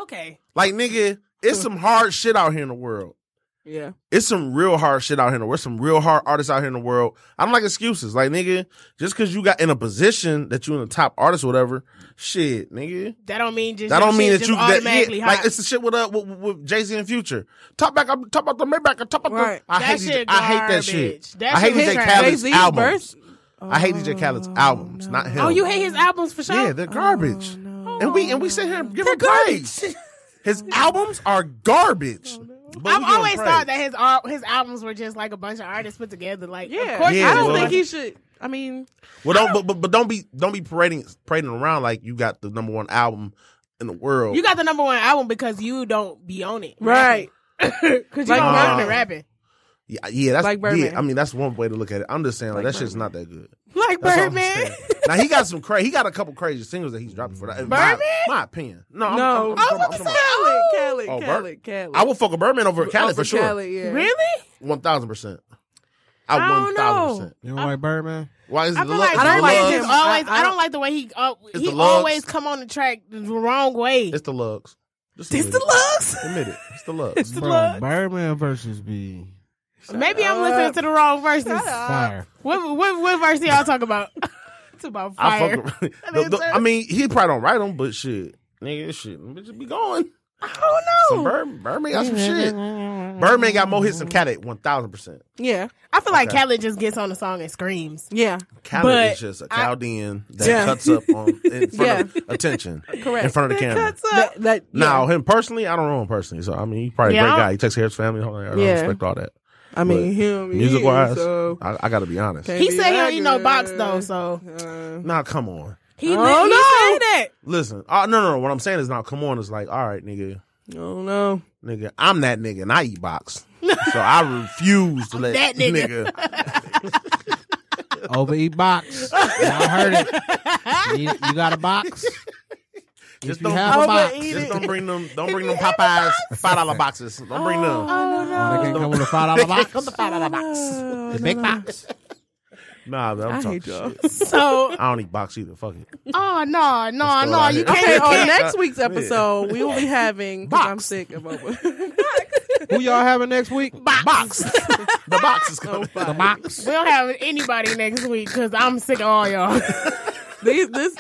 S2: Okay,
S3: Like nigga, it's some hard shit out here in the world.
S1: Yeah.
S3: It's some real hard shit out here in the world. Some real hard artists out here in the world. I don't like excuses. Like nigga, just because you got in a position that you in the top artist or whatever, shit, nigga.
S2: that don't mean just
S3: That
S2: your
S3: don't mean that
S2: shit just
S3: you that,
S2: automatically
S3: yeah,
S2: hot.
S3: like it's the shit with uh with, with Jay Z and Future. Talk back, I'm talk about the Maybach, I'm talk about
S1: Right.
S3: the. I
S2: That
S3: hate
S2: shit
S3: DJ, I hate that shit.
S2: garbage. That
S3: I hate
S2: shit was
S3: DJ
S2: trash.
S3: Khaled's
S1: Jay-Z's
S3: albums.
S1: verse?
S3: I hate DJ Khaled's albums, not him.
S2: oh, you hate his albums for sure.
S3: Yeah,
S1: Oh,
S3: they're garbage.
S1: no.
S3: And we and we sit here and give him praise. His albums are garbage. But
S2: Oh, I've
S3: we give him
S2: always
S3: praise.
S2: thought that his al- his albums were just like a bunch of artists put together. Like, yeah,
S1: Yeah.
S2: of course
S3: Yeah,
S1: I don't
S3: well-
S1: think he should. I mean,
S3: Well, don't but, but but don't be don't be parading parading around like you got the number one album in the world.
S2: you got the number one album because you don't be on it,
S1: (laughs) right.
S2: Because you
S1: Like
S2: don't
S3: Birdman.
S2: run the rapping.
S3: yeah, yeah, that's
S1: Like Birdman.
S3: yeah. I mean, that's one way to look at it. I'm just saying like,
S1: Like
S3: that shit's not
S1: Birdman.
S3: that good.
S2: Like
S3: That's all I'm
S2: Birdman.
S3: saying. now he got some crazy. He got a couple crazy singles that he's dropping for that. in My,
S2: Birdman?
S3: my opinion. No, I'm, I'm, I'm,
S1: No.
S3: I'm, I'm,
S1: I was
S3: I'm,
S1: about to say (laughs) Khaled,
S3: Oh,
S1: Khaled,
S3: Bert.
S1: Khaled, Khaled.
S3: I will fuck a Birdman over a Khaled
S1: Over
S3: for sure.
S1: Khaled, yeah.
S2: Really?
S3: One thousand percent. I
S2: I don't
S3: one thousand percent.
S4: You don't like Birdman?
S3: Why is
S2: I
S3: it the
S2: feel
S3: love?
S2: like
S3: it's
S1: I don't
S3: the
S1: like
S3: lugs.
S2: Birdman is
S1: him.
S2: always.
S1: I- I
S2: I don't
S1: don't-
S2: like the way he. Uh,
S3: the
S2: he
S3: lugs.
S2: always come on the track the wrong way.
S3: It's the lugs. Just
S1: It's
S3: admit
S1: the looks.
S3: it. Admit it. It's the lugs.
S1: It's the
S4: Bro,
S1: lugs.
S4: Birdman versus B.
S2: Maybe I'm listening to the wrong verses.
S1: Shut
S2: What,
S1: up.
S4: Fire.
S2: what what verse y'all talk about? (laughs) it's about
S3: I
S2: fire.
S3: fuck. with- the- the- I mean, he probably don't write them, but shit, nigga, this shit, bitch, be going.
S1: I
S3: Some
S1: don't know.
S3: Bird, Birdman got some shit. Birdman got more hits than Cat at one thousand percent.
S1: Yeah,
S2: I feel like
S3: Okay.
S2: Khaled just gets on the song and screams.
S1: yeah,
S3: Cal
S2: But
S3: is just a Chaldean that
S1: Yeah.
S3: cuts up on in front of attention,
S1: Correct.
S3: in front of the camera.
S1: That, that,
S3: Now him personally, I don't know him personally, so I mean, he's probably a
S2: Yeah.
S3: great guy. He takes care of his family. and all that. I
S1: Yeah.
S3: respect all that.
S1: I mean
S3: but
S1: him he
S3: Music
S1: is,
S3: wise,
S1: so-
S3: I, I got to be honest.
S1: Can't
S2: He
S1: be
S2: said he don't eat no box
S1: accurate.
S2: though, so
S1: Uh,
S3: Now come on,
S2: he,
S1: Oh,
S2: he
S1: no.
S2: said that.
S3: listen. Uh, no, no, no. What I'm saying is now come on. It's like all right, nigga,
S1: oh no.
S3: nigga. I'm that nigga, and I eat box, so
S1: (laughs)
S3: I refuse to let
S2: that nigga.
S4: Overeat box. Y'all heard it. You, you got a box?
S3: Just
S4: If you
S3: don't-
S4: have a box.
S1: Overeat
S3: Just
S1: it. (laughs)
S3: don't bring them. Don't bring them Popeyes five dollar boxes. Don't bring them.
S1: Oh
S4: Oh, they
S1: no.
S4: can't come with a five dollar
S3: (laughs)
S4: box.
S3: Come the five dollar box.
S1: Oh,
S4: The
S1: no,
S4: big
S1: no.
S4: box.
S3: Nah, but I'm
S1: I
S3: talking
S1: hate y'all.
S3: shit.
S1: (laughs)
S2: So
S3: I don't eat box either. Fuck it.
S2: oh no no
S3: Let's go
S2: no
S3: out
S2: you
S3: here.
S2: can't.
S1: Okay,
S2: you
S1: on
S2: can't.
S1: next week's episode, we will be having. 'cause I'm sick of over.
S3: (laughs)
S4: Who y'all having next week?
S3: Box. the box is coming.
S4: The box.
S2: We (laughs) don't have anybody next week because I'm sick of all y'all. (laughs)
S1: These- this,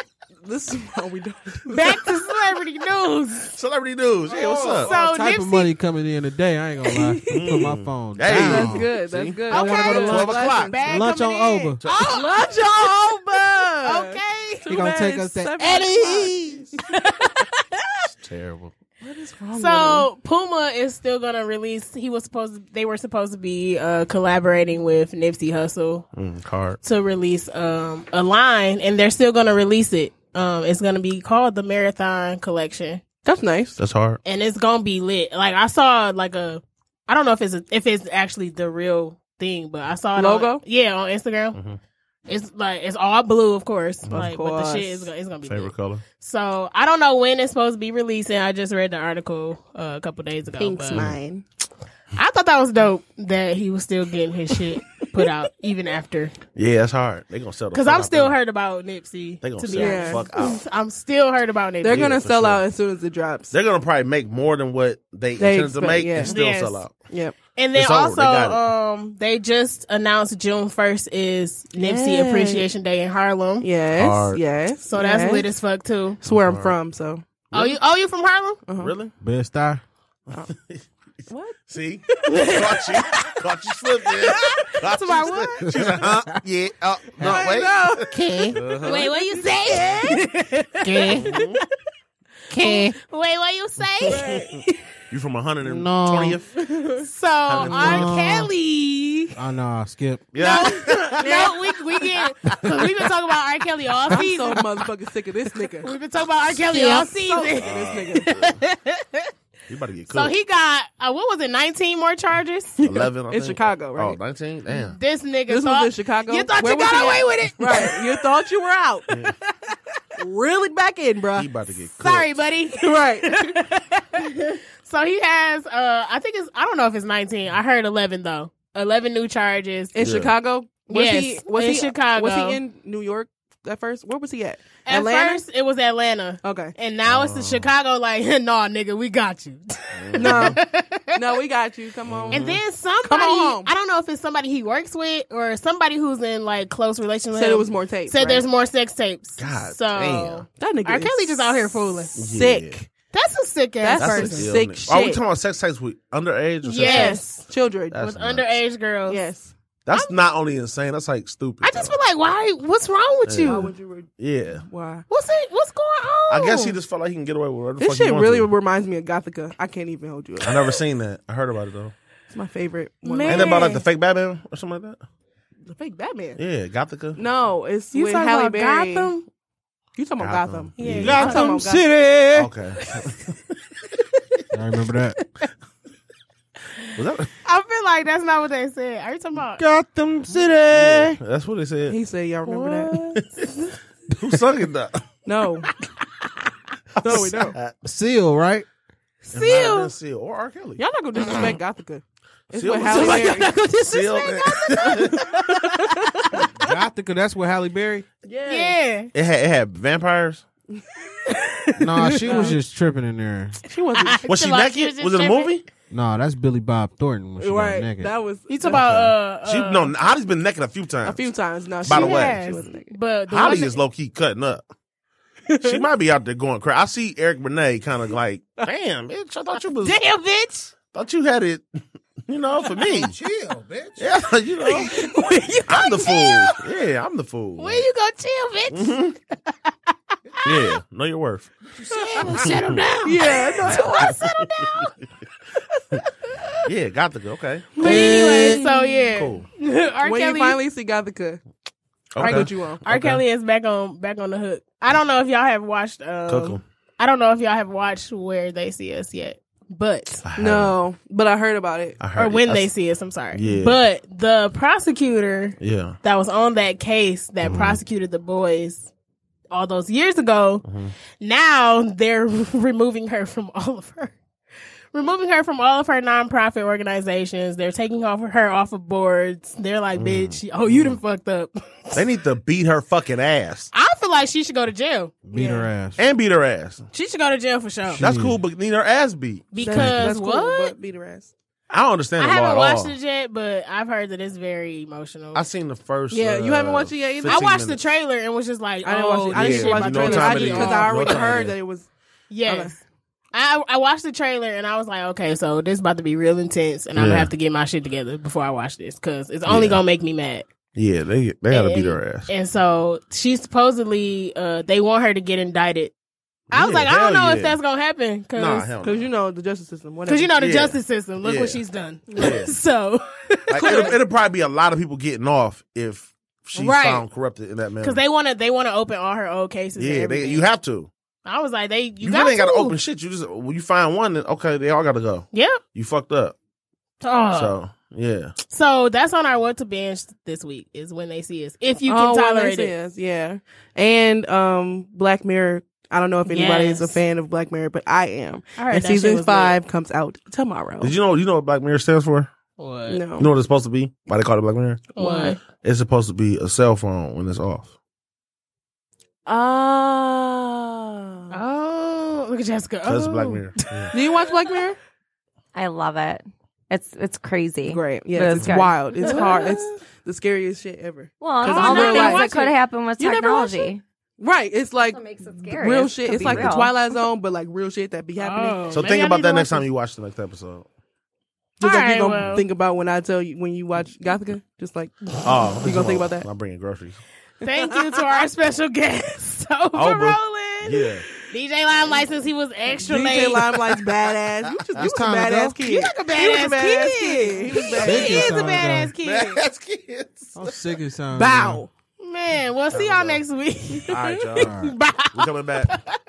S1: this is why we don't.
S2: Back to celebrity news.
S3: Celebrity news. Hey, what's up?
S2: So
S4: All type of
S2: Nipsey-
S4: money coming in today. I ain't gonna lie. Put my phone
S3: Hey.
S4: down.
S2: Oh,
S1: That's good. That's good.
S4: I wanna go to
S2: Okay.
S4: lunch.
S3: 12 o'clock.
S2: Bag
S4: Lunch
S2: coming
S4: on
S2: in.
S4: over.
S1: Oh, Lunch over.
S2: Okay.
S4: He gonna take us to
S1: Eddie's.
S3: Terrible.
S1: What is wrong with
S2: So Puma is still gonna release. He was supposed. They were supposed to be uh, collaborating with Nipsey Hussle
S3: Mm, card.
S2: to release um, a line, and they're still gonna release it. Um, it's gonna be called the Marathon Collection,
S1: That's nice.
S3: That's hard.
S2: and it's gonna be lit. Like I saw, like a, I don't know if it's a, if it's actually the real thing, but I saw it on-
S1: Logo?
S2: yeah, on Instagram.
S3: Mhm.
S2: It's like it's all blue, of course. like, but
S1: course.
S2: the shit is gonna, it's gonna be lit.
S3: Favorite color.
S2: So I don't know when it's supposed to be releasing. I just read the article uh, a couple days ago.
S1: Pink's
S2: but-
S1: mine.
S2: I thought that was dope that he was still getting his shit put out even
S3: (laughs)
S2: after.
S3: Yeah, that's hard. They gonna sell. the
S2: Because
S3: fuck
S2: I'm
S3: out
S2: still
S3: them.
S2: hurt about Nipsey.
S3: They gonna
S2: To
S3: sell
S2: be
S3: the
S1: honest.
S3: fuck out.
S2: honest, (laughs) I'm still hurt about Nipsey.
S1: They're gonna
S3: for
S1: sell
S3: sure.
S1: out as soon as it drops.
S3: They're gonna probably make more than what they,
S1: They
S3: intended to
S1: expect-
S3: make
S1: yeah.
S3: and still
S2: Yes.
S3: sell out.
S1: yep.
S2: and then
S3: it's over.
S2: also,
S3: They got
S2: um, they just announced June 1st is Nipsey
S1: Yay.
S2: Appreciation Day in Harlem.
S1: Yes.
S3: Hard.
S1: Yes.
S2: So that's
S1: yes.
S2: lit as fuck too.
S1: It's where I'm
S3: Hard.
S1: from. So
S2: Oh, you oh you from Harlem?
S1: uh-huh.
S3: Really?
S4: Best star.
S1: What?
S3: See, caught you, caught you slipping. Caught you
S2: Somebody what?
S3: slipping. She's like, huh? Yeah. Oh, no, wait.
S2: (laughs)
S1: Uh-huh.
S2: Wait, what you say?
S1: (laughs)
S2: Wait, what you say?
S3: You from
S4: No.
S3: 120th?
S2: so R. Kelly.
S1: (laughs)
S4: Oh no, skip.
S3: Yeah.
S2: No, we we get because we've been talking about R. Kelly all
S1: I'm so
S2: season.
S1: motherfucking sick of this nigga.
S2: (laughs) We've been talking about R. Kelly all season.
S1: this nigga.
S3: You about to get
S2: So
S3: cooked.
S2: he got uh, what was it, nineteen more charges?
S3: 11. I
S1: In
S3: think.
S1: Chicago,
S3: Oh,
S1: right?
S3: 19? Damn.
S2: This nigga
S1: this
S2: thought
S1: was in Chicago.
S2: you thought
S1: Where
S2: you
S1: was
S2: got
S1: he
S2: away
S1: at?
S2: with it.
S1: Right. You thought you were out. (laughs) Really back in,
S3: He
S1: bruh.
S3: about to get cooked.
S2: Sorry, buddy. (laughs)
S1: (laughs) Right.
S2: So he has, uh, I think it's, I don't know if it's nineteen. I heard eleven though. Eleven new charges.
S1: In
S3: Yeah.
S1: Chicago? Was
S2: Yes,
S1: he was
S2: in
S1: he
S2: Chicago.
S1: Was he in New York at first? Where was he at?
S2: At
S1: Atlanta?
S2: first, it was Atlanta,
S1: Okay.
S2: (laughs) and now
S3: Oh.
S2: it's the Chicago. Like, (laughs) nah, nigga, we
S1: (laughs)
S2: got you.
S1: No. no, we got you. Come on.
S2: And then somebody,
S1: home.
S2: I don't know if it's somebody he works with or somebody who's in like close relationship. with
S1: said it
S2: him,
S1: was more tape.
S2: Said
S1: right?
S2: there's more sex tapes.
S3: God
S2: so
S3: damn.
S1: that nigga.
S2: R.
S1: is
S2: Kelly just out here fooling.
S1: Sick.
S2: That's a sick ass
S1: That's
S3: That's
S1: a
S2: person.
S3: some ill
S1: sick
S3: nigga. Are we
S1: shit.
S3: talking about sex tapes with underage or sex tapes?
S2: Yes,
S1: Children.
S3: That's
S2: with
S3: nuts.
S2: underage girls.
S1: yes.
S3: That's not only insane, that's like stupid.
S2: I just
S3: though.
S2: feel like, why? What's wrong with
S3: Yeah.
S1: Why
S2: you?
S1: would you? Re-
S3: Yeah.
S1: why?
S2: What's it? What's going on?
S3: I guess he just felt like he can get away with whatever the
S1: This
S3: fuck he
S1: shit
S3: want
S1: really
S3: to.
S1: reminds me of Gothica. I can't even hold you
S3: I
S1: up.
S3: never seen that. I heard about it though.
S1: It's my favorite one.
S2: Man.
S3: Ain't that about like the fake Batman or something like that?
S1: The fake Batman.
S3: Yeah, Gothica.
S1: No, it's
S2: You
S1: with
S2: talking
S1: Halle
S2: about
S1: Berry.
S2: Gotham?
S1: You talking about
S3: Gotham.
S1: Gotham?
S3: Yeah.
S2: Yeah.
S1: I'm talking about Gotham.
S4: City.
S3: Okay. (laughs)
S4: I remember that.
S3: Was that?
S2: I feel like that's not what they said. Are you talking about?
S4: Gotham City.
S3: That's what they said.
S1: He said, "Y'all remember that?"
S3: Who sung it though?
S1: No, (laughs) no, we don't.
S3: It might have
S4: Seal, right?
S3: been
S2: Seal.
S3: Seal or R. Kelly.
S1: Y'all not gonna disrespect Gothica. It's
S3: Seal
S1: what
S3: it.
S1: Halle
S3: Seal it.
S1: Berry.
S3: Seal (laughs) it.
S4: Gothica, that's what Halle Berry.
S1: Yeah.
S2: Yeah.
S3: It had, it had vampires.
S4: No, she was just tripping in there.
S1: She wasn't.
S3: Was she
S2: feel like she
S3: naked?
S2: was just
S3: Was it a
S2: different.
S3: movie?
S4: No, that's Billy Bob Thornton when she
S1: right.
S4: got naked.
S1: That was.
S2: You talk about uh,
S3: She
S2: uh,
S3: no, Holly's been naked a few times.
S1: a few times. No, she,
S3: By the way.
S1: she wasn't. naked.
S2: But the
S3: Holly
S2: one-
S3: is low key cutting up. she might be out there going crazy. I see Eric Renee kind of like, damn, bitch. I thought you was,
S2: (laughs) damn bitch.
S3: thought you had it, (laughs) you know, for me.
S6: Chill, bitch.
S3: Yeah, (laughs) you know,
S1: (laughs)
S3: (laughs) I'm the fool. Yeah, I'm the fool.
S2: Where you go chill, bitch?
S3: Mhm. yeah, know your worth. (laughs)
S2: Shut him down.
S1: Yeah. (laughs) No,
S3: Yeah, got to go. Okay,
S2: But anyway, so yeah.
S3: cool.
S2: (laughs) R.
S1: when
S2: Kelly,
S1: you finally see Gothica,
S3: Okay.
S1: what you on?
S2: R.
S3: Okay.
S2: Kelly is back on back on the hook. I don't know if y'all have watched um,
S3: Cook 'em.
S2: I don't know if y'all have watched where they see us yet. But
S3: I heard it.
S1: No, but I heard about it.
S3: I heard
S2: or
S3: it.
S2: when
S3: I
S2: they
S3: s-
S2: see us, I'm sorry.
S3: Yeah.
S2: But the prosecutor
S3: yeah,
S2: that was on that case that
S3: Mhm.
S2: prosecuted the boys all those years ago,
S3: Mhm.
S2: now they're (laughs) removing her from all of her removing her from all of her nonprofit organizations. They're taking off her off of boards. They're like, bitch, oh you done fucked up.
S3: Mm. they need to beat her fucking ass
S2: (laughs) I feel like she should go to jail.
S4: Beat her ass.
S3: and beat her ass.
S2: She should go to jail for sure.
S3: That's
S4: Yeah.
S3: cool, but need her ass beat.
S2: because
S1: That's cool,
S2: what?
S1: but beat her ass.
S3: I don't understand
S2: I
S3: the law
S2: haven't
S3: at
S2: watched
S3: all.
S2: it yet, but I've heard that it's very emotional.
S3: I
S2: I,
S3: seen the first.
S1: Yeah, you haven't
S3: uh,
S1: watched it yet either? I
S3: 15
S2: watched
S3: minutes.
S2: the trailer and was just like,
S1: I didn't
S2: oh,
S1: watch it. I didn't
S2: this
S3: yeah,
S2: shit
S1: watch the
S3: you know what
S1: trailer.
S3: time
S1: I
S3: it
S1: just
S3: is.
S1: because I
S3: No
S1: already
S3: time it
S1: heard
S3: is.
S1: that it was.
S2: Yes. I, I watched the trailer and I was like, okay, so this about to be real intense, and I'm
S3: Yeah.
S2: gonna have to get my shit together before I watch this because it's only
S3: Yeah.
S2: gonna make me mad.
S3: Yeah, they they gotta
S2: And-
S3: beat her ass.
S2: And so she supposedly, uh, they want her to get indicted. I was
S3: Yeah,
S2: like, I
S3: hell
S2: don't know
S3: yeah.
S2: if that's gonna happen because
S3: Nah, hell no.
S1: Because you know the justice system. Whatever.
S2: because you know the
S3: Yeah.
S2: justice system. Look
S3: Yeah.
S2: what she's done.
S3: Yeah.
S2: (laughs) so
S3: Like, it'll, it'll probably be a lot of people getting off if she's
S2: Right.
S3: found corrupted in that manner.
S2: because they want to, they want to open all her old cases. and
S3: yeah, they,
S2: everything.
S3: you have to.
S2: I was like, they you,
S3: You,
S2: got
S3: really ain't
S2: to.
S3: gotta open shit. You just when you find one, then okay, they all gotta go.
S2: Yep.
S3: You fucked up.
S2: Oh. So.
S3: so yeah,
S2: that's on our what to binge this week is when they see us. If you
S1: Oh,
S2: can
S1: One Night
S2: tolerate it.
S1: Stands, Yeah, and um, Black Mirror. I don't know if anybody is a
S2: Yes.
S1: fan of Black Mirror, but I am.
S2: I heard
S1: and
S2: that shit
S1: season
S2: was
S1: five comes out tomorrow.
S3: did you know? You know what Black Mirror stands for?
S2: lit. What?
S1: no.
S3: You know what it's supposed to be? Why they call it Black Mirror?
S2: What?
S3: It's supposed to be a cell phone when it's off.
S1: Oh.
S2: Oh, look at Jessica.
S3: Cause it's
S2: Oh.
S3: Black Mirror.
S1: (laughs)
S3: Yeah.
S1: Do you watch Black Mirror?
S7: I love it. It's it's crazy.
S1: Great.
S7: But
S1: Yes,
S7: it's
S1: it's
S7: good.
S1: wild. It's
S2: (laughs)
S1: hard. It's
S2: Oh.
S1: the scariest shit ever.
S7: Well, it's
S1: Oh,
S7: all
S1: I
S7: the
S1: never
S7: things that
S1: watched
S7: could
S1: it.
S7: happen with
S1: You never watched
S7: technology.
S1: Right. It's like
S7: That makes it scary.
S1: real
S7: It
S1: shit.
S7: could
S1: It's
S7: be
S1: like
S7: real.
S1: the Twilight Zone, but like real shit that be happening.
S2: Oh,
S3: So
S2: maybe
S3: think
S2: I
S3: about
S2: need
S3: that
S2: to
S3: next
S2: watch
S3: time you watch the next episode.
S1: Just like
S2: Alright,
S1: you gonna
S2: well.
S1: think about when I tell you when you watch Gothica. Just
S2: (laughs)
S1: like
S3: Oh,
S1: you gonna think about that.
S3: I'm bringing groceries.
S2: this. (laughs) Thank you to (laughs) our special guest, (laughs) Over
S3: but-
S2: Roland.
S3: Yeah,
S2: DJ Lime License, he was extra
S1: DJ
S2: late.
S1: Limelight's badass. You just you was a
S4: time to go.
S1: badass kid. You
S2: like a
S1: He was a
S2: badass
S1: badass
S2: kid.
S1: kid. He was
S4: (laughs)
S2: He
S1: badass.
S4: you,
S2: is a
S4: Sandra.
S2: badass kid.
S3: that's kids.
S4: I'm sick of sound.
S1: Bow.
S2: Man, we'll see y'all next week.
S3: All right, y'all.
S2: (laughs) Bye.
S3: We're coming back.